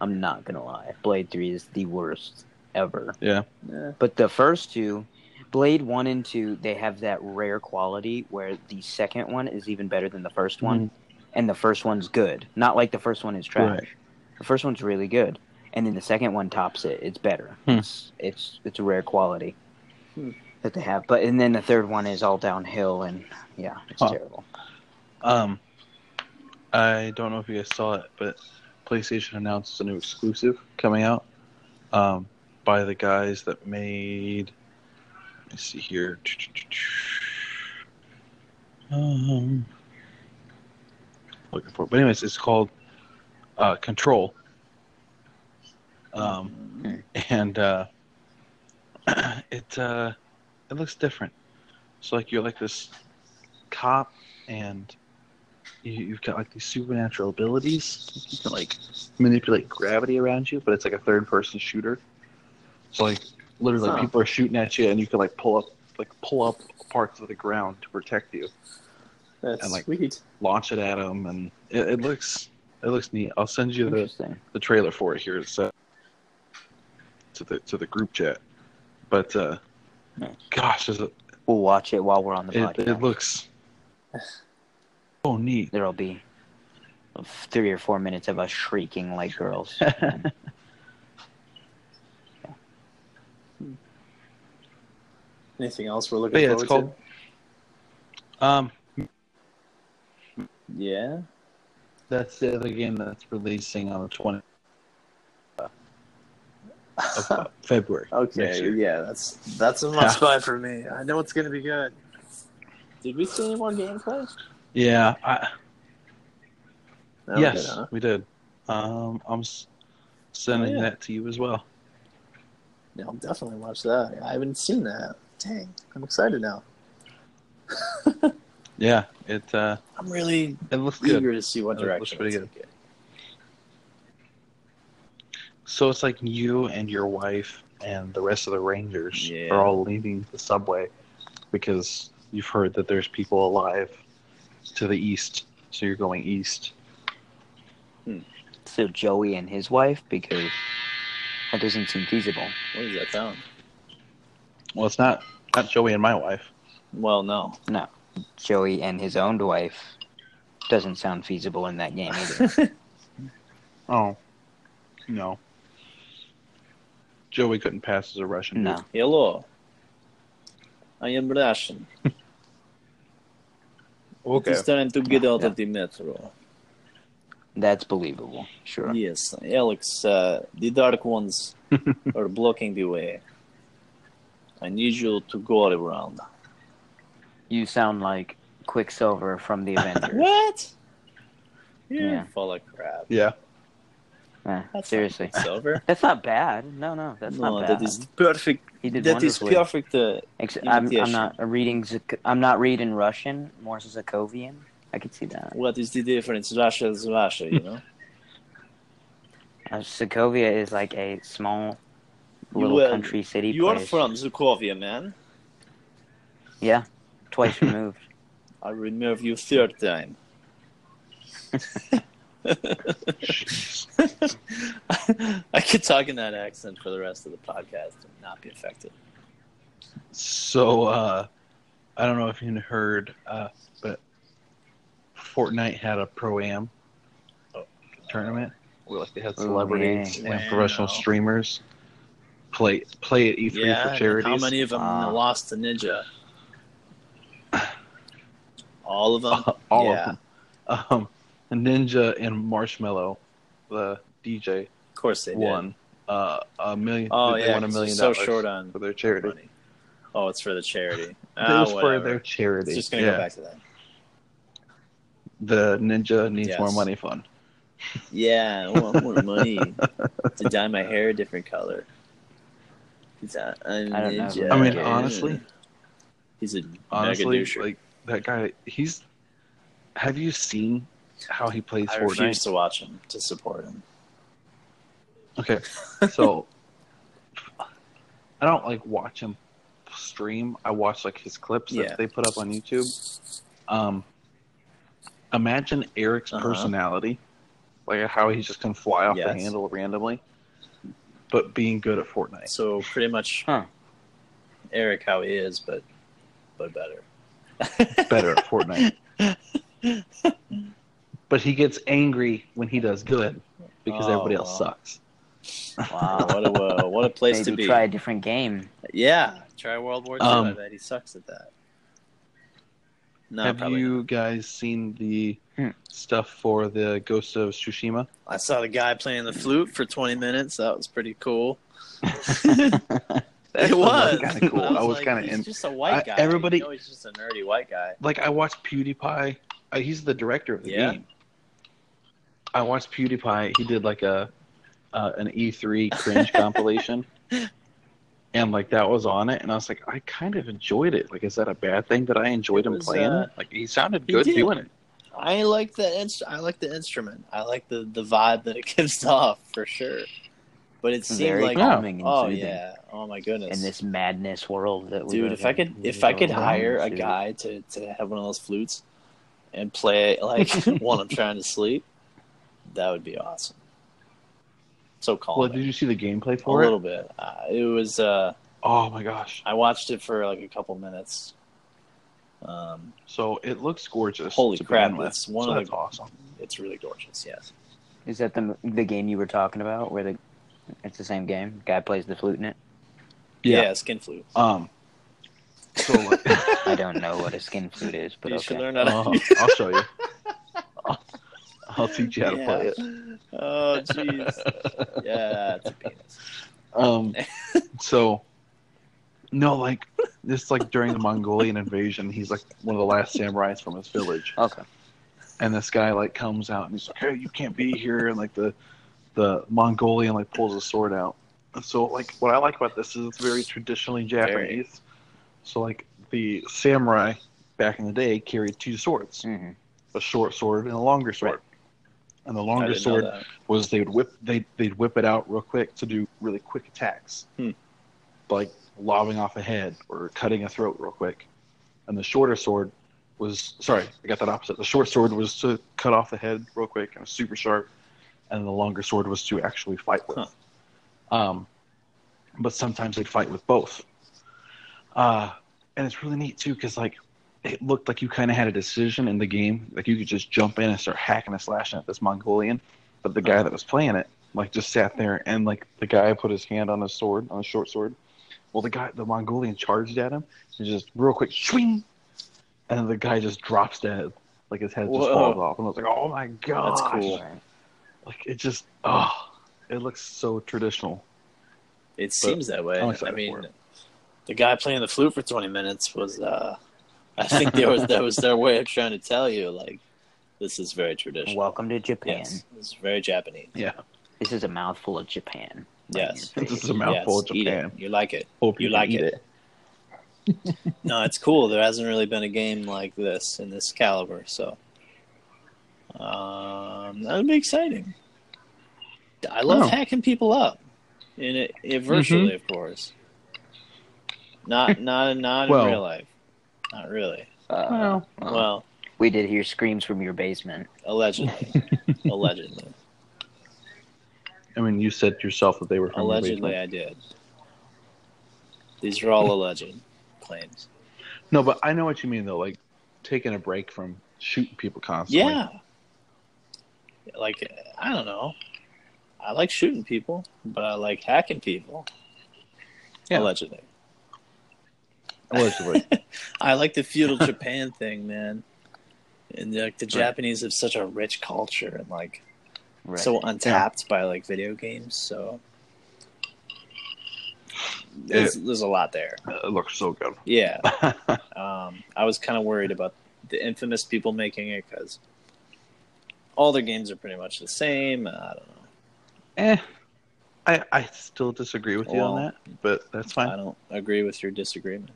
[SPEAKER 4] I'm not going to lie. Blade 3 is the worst ever.
[SPEAKER 2] yeah,
[SPEAKER 1] Yeah.
[SPEAKER 4] But the first two, Blade 1 and 2, they have that rare quality where the second one is even better than the first one, and the first one's good. Not like the first one is trash.
[SPEAKER 2] Mm-hmm. Right.
[SPEAKER 4] The first one's really good, and then the second one tops it. It's better.
[SPEAKER 2] Hmm.
[SPEAKER 4] It's it's it's a rare quality
[SPEAKER 1] Hmm.
[SPEAKER 4] that they have. But and then the third one is all downhill, and yeah, it's
[SPEAKER 2] Huh.
[SPEAKER 4] terrible.
[SPEAKER 2] Um, I don't know if you guys saw it, but PlayStation announced a new exclusive coming out. Um, by the guys that made. Let me see here. Um, looking for, it. but anyways, it's called uh, Control. Um, and uh, <clears throat> it uh, it looks different. So like you're like this cop, and you, you've got like these supernatural abilities. You can like manipulate gravity around you, but it's like a third-person shooter. So like literally,
[SPEAKER 1] Huh.
[SPEAKER 2] people are shooting at you, and you can like pull up like pull up parts of the ground to protect you,
[SPEAKER 1] That's
[SPEAKER 2] and, like,
[SPEAKER 1] sweet.
[SPEAKER 2] launch it at them, and it, it looks it looks neat. I'll send you the
[SPEAKER 4] Interesting.
[SPEAKER 2] the trailer for it here. It's uh, to the to the group chat, but uh,
[SPEAKER 4] Nice.
[SPEAKER 2] gosh, is it,
[SPEAKER 4] We'll watch it while we're on the
[SPEAKER 2] it,
[SPEAKER 4] podcast.
[SPEAKER 2] it looks so
[SPEAKER 1] <laughs>
[SPEAKER 2] neat.
[SPEAKER 4] There'll be three or four minutes of us shrieking like girls.
[SPEAKER 1] Anything else we're looking
[SPEAKER 2] But yeah,
[SPEAKER 1] forward
[SPEAKER 2] it's called. Um,
[SPEAKER 1] to? Yeah.
[SPEAKER 2] that's the other game that's releasing on the twentieth <laughs> of
[SPEAKER 1] <laughs>
[SPEAKER 2] uh, February. next
[SPEAKER 1] Okay,
[SPEAKER 2] year.
[SPEAKER 1] yeah, that's that's a must buy for me. I know it's gonna be good. Did we see any more gameplay?
[SPEAKER 2] Yeah. I,
[SPEAKER 1] No, we
[SPEAKER 2] yes,
[SPEAKER 1] did, huh?
[SPEAKER 2] we did. Um, I'm s- sending
[SPEAKER 1] Oh, yeah.
[SPEAKER 2] that to you as well.
[SPEAKER 1] Yeah, I'll definitely watch that. I haven't seen that. Dang, I'm excited now.
[SPEAKER 2] Yeah, it uh,
[SPEAKER 1] I'm really
[SPEAKER 2] it looks good.
[SPEAKER 1] eager to see what
[SPEAKER 2] That looks
[SPEAKER 1] direction
[SPEAKER 2] pretty
[SPEAKER 1] it's good.
[SPEAKER 2] So it's like you and your wife and the rest of the Rangers
[SPEAKER 1] Yeah.
[SPEAKER 2] are all leaving the subway because you've heard that there's people alive to the east. So you're going east.
[SPEAKER 4] So Joey and his wife, because that doesn't seem feasible.
[SPEAKER 1] What is that sound?
[SPEAKER 2] Well, it's not not Joey and my wife.
[SPEAKER 1] Well,
[SPEAKER 2] <laughs>
[SPEAKER 1] no.
[SPEAKER 4] Joey and his own wife doesn't sound feasible in that game <laughs> either.
[SPEAKER 2] Oh, no. Joey couldn't pass as a Russian.
[SPEAKER 4] no.
[SPEAKER 1] Hello. I am Russian.
[SPEAKER 2] Okay.
[SPEAKER 1] It's time to get out of the metro.
[SPEAKER 4] That's believable. Sure.
[SPEAKER 1] Yes, Alex, uh, the
[SPEAKER 2] <laughs>
[SPEAKER 1] Dark Ones are blocking the way. I need you to go around.
[SPEAKER 4] You sound like Quicksilver from <laughs> the Avengers.
[SPEAKER 1] What? You're
[SPEAKER 4] Yeah.
[SPEAKER 1] full of crap.
[SPEAKER 2] Yeah. <laughs>
[SPEAKER 4] Eh,
[SPEAKER 1] That's
[SPEAKER 4] seriously. <laughs>
[SPEAKER 1] It's over.
[SPEAKER 4] That's not bad. No, no, that's
[SPEAKER 1] no,
[SPEAKER 4] not bad.
[SPEAKER 1] that is the perfect.
[SPEAKER 4] he did
[SPEAKER 1] That is
[SPEAKER 4] wonderfully.
[SPEAKER 1] perfect. Uh,
[SPEAKER 4] Ex- I'm, I'm
[SPEAKER 1] imitation.
[SPEAKER 4] not reading. Zak- I'm not reading Russian. More Zakovian. I could see that.
[SPEAKER 1] what is the difference? Russia is Russia, you know.
[SPEAKER 4] Uh, Sokovia is like a small
[SPEAKER 1] You,
[SPEAKER 4] little
[SPEAKER 1] uh,
[SPEAKER 4] country city.
[SPEAKER 1] you are
[SPEAKER 4] place.
[SPEAKER 1] from Zukovia, man.
[SPEAKER 4] Yeah,
[SPEAKER 1] <laughs>
[SPEAKER 4] twice removed.
[SPEAKER 1] I remove you third time. <laughs> I could talk in that accent for the rest of the podcast and not be affected.
[SPEAKER 2] So uh, I don't know if you heard, uh, but Fortnite had a pro am tournament where like they had
[SPEAKER 4] Oh,
[SPEAKER 2] celebrities
[SPEAKER 1] yeah.
[SPEAKER 2] and professional
[SPEAKER 1] Wow.
[SPEAKER 2] streamers play play at E3 for charities.
[SPEAKER 1] how many of them
[SPEAKER 4] Ah.
[SPEAKER 1] lost to Ninja? All of them.
[SPEAKER 2] <laughs> all
[SPEAKER 1] Yeah.
[SPEAKER 2] of them. Um, Ninja and Marshmallow, the DJ,
[SPEAKER 1] Of course they did.
[SPEAKER 2] won uh, a million.
[SPEAKER 1] Oh
[SPEAKER 2] they
[SPEAKER 1] yeah,
[SPEAKER 2] won a
[SPEAKER 1] 'cause
[SPEAKER 2] million
[SPEAKER 1] they're
[SPEAKER 2] dollars
[SPEAKER 1] so short on
[SPEAKER 2] for their charity.
[SPEAKER 1] money. Oh, it's for the
[SPEAKER 2] <laughs>
[SPEAKER 1] charity.
[SPEAKER 2] it
[SPEAKER 1] Ah,
[SPEAKER 2] was for
[SPEAKER 1] whatever.
[SPEAKER 2] their charity.
[SPEAKER 1] It's just gonna
[SPEAKER 2] yeah.
[SPEAKER 1] go back to that.
[SPEAKER 2] The Ninja needs
[SPEAKER 1] Yes.
[SPEAKER 2] more money fund.
[SPEAKER 1] Yeah, I want more money
[SPEAKER 2] <laughs>
[SPEAKER 1] to dye my hair a different color. He's a, I'm
[SPEAKER 4] I don't know.
[SPEAKER 1] ninja.
[SPEAKER 2] I mean,
[SPEAKER 4] Yeah.
[SPEAKER 2] honestly,
[SPEAKER 1] he's a
[SPEAKER 2] honestly,
[SPEAKER 1] mega doucher.
[SPEAKER 2] like that guy, he's. Have you seen how he plays
[SPEAKER 1] I
[SPEAKER 2] Fortnite?
[SPEAKER 1] refuse to watch him to support him.
[SPEAKER 2] Okay, so <laughs> I don't like watch him stream. I watch like his clips
[SPEAKER 1] Yeah.
[SPEAKER 2] that they put up on YouTube. Um, imagine Eric's
[SPEAKER 1] Uh-huh.
[SPEAKER 2] personality, like how he just can fly off the
[SPEAKER 1] Yes.
[SPEAKER 2] handle randomly, but being good at Fortnite.
[SPEAKER 1] So pretty
[SPEAKER 2] <laughs>
[SPEAKER 1] much,
[SPEAKER 4] Huh.
[SPEAKER 1] Eric how he is, but but
[SPEAKER 2] <laughs>
[SPEAKER 1] better.
[SPEAKER 2] better at
[SPEAKER 1] <laughs>
[SPEAKER 2] Fortnite. but he gets angry when he does good because
[SPEAKER 1] Oh,
[SPEAKER 2] everybody else
[SPEAKER 1] wow.
[SPEAKER 2] sucks.
[SPEAKER 1] Wow,
[SPEAKER 4] Wow.
[SPEAKER 1] what a uh, what a place
[SPEAKER 4] Maybe
[SPEAKER 1] to be.
[SPEAKER 4] try a different game.
[SPEAKER 1] Yeah, try World War II. I
[SPEAKER 2] Um,
[SPEAKER 1] bet he sucks at that. No,
[SPEAKER 2] Have
[SPEAKER 1] probably.
[SPEAKER 2] you guys seen the
[SPEAKER 4] Hmm.
[SPEAKER 2] stuff for the Ghost of Tsushima?
[SPEAKER 1] I saw the guy playing the flute for 20 minutes. That was pretty
[SPEAKER 2] <laughs>
[SPEAKER 1] cool. It was.
[SPEAKER 2] kind of cool. I was,
[SPEAKER 1] like,
[SPEAKER 2] kind
[SPEAKER 1] he's
[SPEAKER 2] of in.
[SPEAKER 1] just a white
[SPEAKER 2] I-
[SPEAKER 1] guy.
[SPEAKER 2] everybody-
[SPEAKER 1] you know he's just a nerdy white guy.
[SPEAKER 2] Like I watched PewDiePie. Uh, he's the director of the
[SPEAKER 1] Yeah.
[SPEAKER 2] game. I watched PewDiePie. He did like a uh, an E3
[SPEAKER 1] <laughs>
[SPEAKER 2] cringe compilation, and like that was on it. And I was like, I kind of enjoyed it. Like, is that a bad thing that I enjoyed
[SPEAKER 1] It
[SPEAKER 2] him
[SPEAKER 1] was,
[SPEAKER 2] playing
[SPEAKER 1] uh,
[SPEAKER 2] it? Like, he sounded
[SPEAKER 1] he
[SPEAKER 2] good
[SPEAKER 1] did.
[SPEAKER 2] doing it.
[SPEAKER 1] I like the inst- I like the instrument. I like the the vibe that it <laughs> gives off for sure. But it seemed
[SPEAKER 4] Very
[SPEAKER 1] like
[SPEAKER 4] calming and
[SPEAKER 1] oh
[SPEAKER 4] soothing
[SPEAKER 1] yeah, oh my goodness.
[SPEAKER 4] in this madness world that we
[SPEAKER 1] dude
[SPEAKER 4] live
[SPEAKER 1] if i
[SPEAKER 4] in.
[SPEAKER 1] could
[SPEAKER 4] This
[SPEAKER 1] if
[SPEAKER 4] is
[SPEAKER 1] i
[SPEAKER 4] all
[SPEAKER 1] could
[SPEAKER 4] wrong,
[SPEAKER 1] hire a
[SPEAKER 4] dude.
[SPEAKER 1] guy to, to have one of those flutes and play
[SPEAKER 2] <laughs>
[SPEAKER 1] it like while i'm trying to sleep that would be awesome so
[SPEAKER 2] Well,
[SPEAKER 1] calm
[SPEAKER 2] did you see the gameplay
[SPEAKER 1] Oh, a
[SPEAKER 2] for
[SPEAKER 1] little
[SPEAKER 2] it?
[SPEAKER 1] bit uh, it was uh
[SPEAKER 2] Oh my gosh!
[SPEAKER 1] i watched it for like a couple minutes um
[SPEAKER 2] So it looks gorgeous.
[SPEAKER 1] Holy
[SPEAKER 2] to
[SPEAKER 1] crap,
[SPEAKER 2] begin with.
[SPEAKER 1] it's one
[SPEAKER 2] So
[SPEAKER 1] of the-
[SPEAKER 2] that's awesome.
[SPEAKER 1] it's really gorgeous yes
[SPEAKER 4] Is that the the game you were talking about? Where the it's the same game. Guy plays the flute in it.
[SPEAKER 1] yeah,
[SPEAKER 2] Yeah.
[SPEAKER 1] skin flute <laughs>
[SPEAKER 2] Um. So like,
[SPEAKER 4] <laughs> I don't know what a skin flute is, but
[SPEAKER 1] you
[SPEAKER 4] okay.
[SPEAKER 1] should learn how to <laughs>
[SPEAKER 2] Oh, I'll show you. I'll, I'll teach you how to play it.
[SPEAKER 1] oh jeez yeah it's a penis
[SPEAKER 2] Um, so no, like this, like during the Mongolian invasion, he's like one of the last samurais from his village,
[SPEAKER 4] Okay.
[SPEAKER 2] and this guy like comes out and he's like, "Hey, you can't be here!" And like the the Mongolian like pulls his sword out. So like what I like about this is it's very traditionally Japanese. So like the samurai back in the day carried two swords,
[SPEAKER 4] Mhm.
[SPEAKER 2] a short sword and a longer sword. And the
[SPEAKER 1] I
[SPEAKER 2] longer
[SPEAKER 1] didn't know
[SPEAKER 2] sword
[SPEAKER 1] that.
[SPEAKER 2] was they would whip they they'd whip it out real quick to do really quick attacks,
[SPEAKER 1] Hmm.
[SPEAKER 2] like lobbing off a head or cutting a throat real quick. And the shorter sword was sorry, I got that opposite. The short sword was to cut off the head real quick and super sharp, and the longer sword was to actually fight with.
[SPEAKER 1] Huh.
[SPEAKER 2] Um, but sometimes they'd fight with both. Uh, and it's really neat too because like it looked like you kind of had a decision in the game, like you could just jump in and start hacking and slashing at this Mongolian but the guy that was playing it like just sat there and like the guy put his hand on his sword on his short sword well the guy the mongolian charged at him and just real quick swing and then the guy just drops dead like his head just
[SPEAKER 1] Whoa.
[SPEAKER 2] falls off and i was like oh my god
[SPEAKER 1] That's cool.
[SPEAKER 4] Right.
[SPEAKER 2] like it just oh it looks so traditional
[SPEAKER 1] It seems that way.
[SPEAKER 2] I'm
[SPEAKER 1] I
[SPEAKER 2] excited for
[SPEAKER 1] mean,
[SPEAKER 2] it.
[SPEAKER 1] the guy playing the flute for 20 minutes was, uh, I think there was, that was their way of trying to tell you, like, this is very traditional.
[SPEAKER 4] Welcome to Japan.
[SPEAKER 1] Yes, it's very Japanese.
[SPEAKER 2] yeah
[SPEAKER 4] This is a mouthful of Japan.
[SPEAKER 1] Yes. <laughs>
[SPEAKER 2] this is a mouthful
[SPEAKER 1] yes,
[SPEAKER 2] of
[SPEAKER 1] eat it.
[SPEAKER 2] japan
[SPEAKER 1] You like it.
[SPEAKER 2] hope
[SPEAKER 1] You
[SPEAKER 2] can
[SPEAKER 1] like
[SPEAKER 2] eat
[SPEAKER 1] it. No, it's cool. There hasn't really been a game like this in this caliber, so um, that'll be exciting. I love
[SPEAKER 2] Oh. Mm-hmm.
[SPEAKER 1] hacking people up, in it, it virtually, of course.
[SPEAKER 2] <laughs>
[SPEAKER 1] Not not not
[SPEAKER 2] Well.
[SPEAKER 1] in real life. Not really.
[SPEAKER 4] Uh,
[SPEAKER 2] Well.
[SPEAKER 1] Well,
[SPEAKER 4] we did hear screams from your basement.
[SPEAKER 2] <laughs>
[SPEAKER 1] allegedly, allegedly,
[SPEAKER 2] i mean you said yourself that they were from
[SPEAKER 1] allegedly,
[SPEAKER 2] allegedly
[SPEAKER 1] I did. These are all alleged claims.
[SPEAKER 2] no but i know what you mean though like taking a break from shooting people constantly
[SPEAKER 1] Yeah. Like I don't know. I like shooting people, but I like hacking people.
[SPEAKER 2] Yeah.
[SPEAKER 1] Allegedly.
[SPEAKER 2] <laughs> allegedly
[SPEAKER 1] <laughs> I like
[SPEAKER 2] <laughs>
[SPEAKER 1] the feudal Japan thing, man. And like the Japanese have such a rich culture and like
[SPEAKER 4] Right.
[SPEAKER 1] so untapped by like video games, so there's, there's a lot there.
[SPEAKER 2] it looks so good <laughs>
[SPEAKER 1] Yeah. Um, I was kind of worried about the infamous people making it because all their games are pretty much the same. I don't know.
[SPEAKER 2] Eh, I I still disagree with you on
[SPEAKER 1] Well,
[SPEAKER 2] that, but that's
[SPEAKER 1] I
[SPEAKER 2] fine.
[SPEAKER 1] don't agree with your disagreement.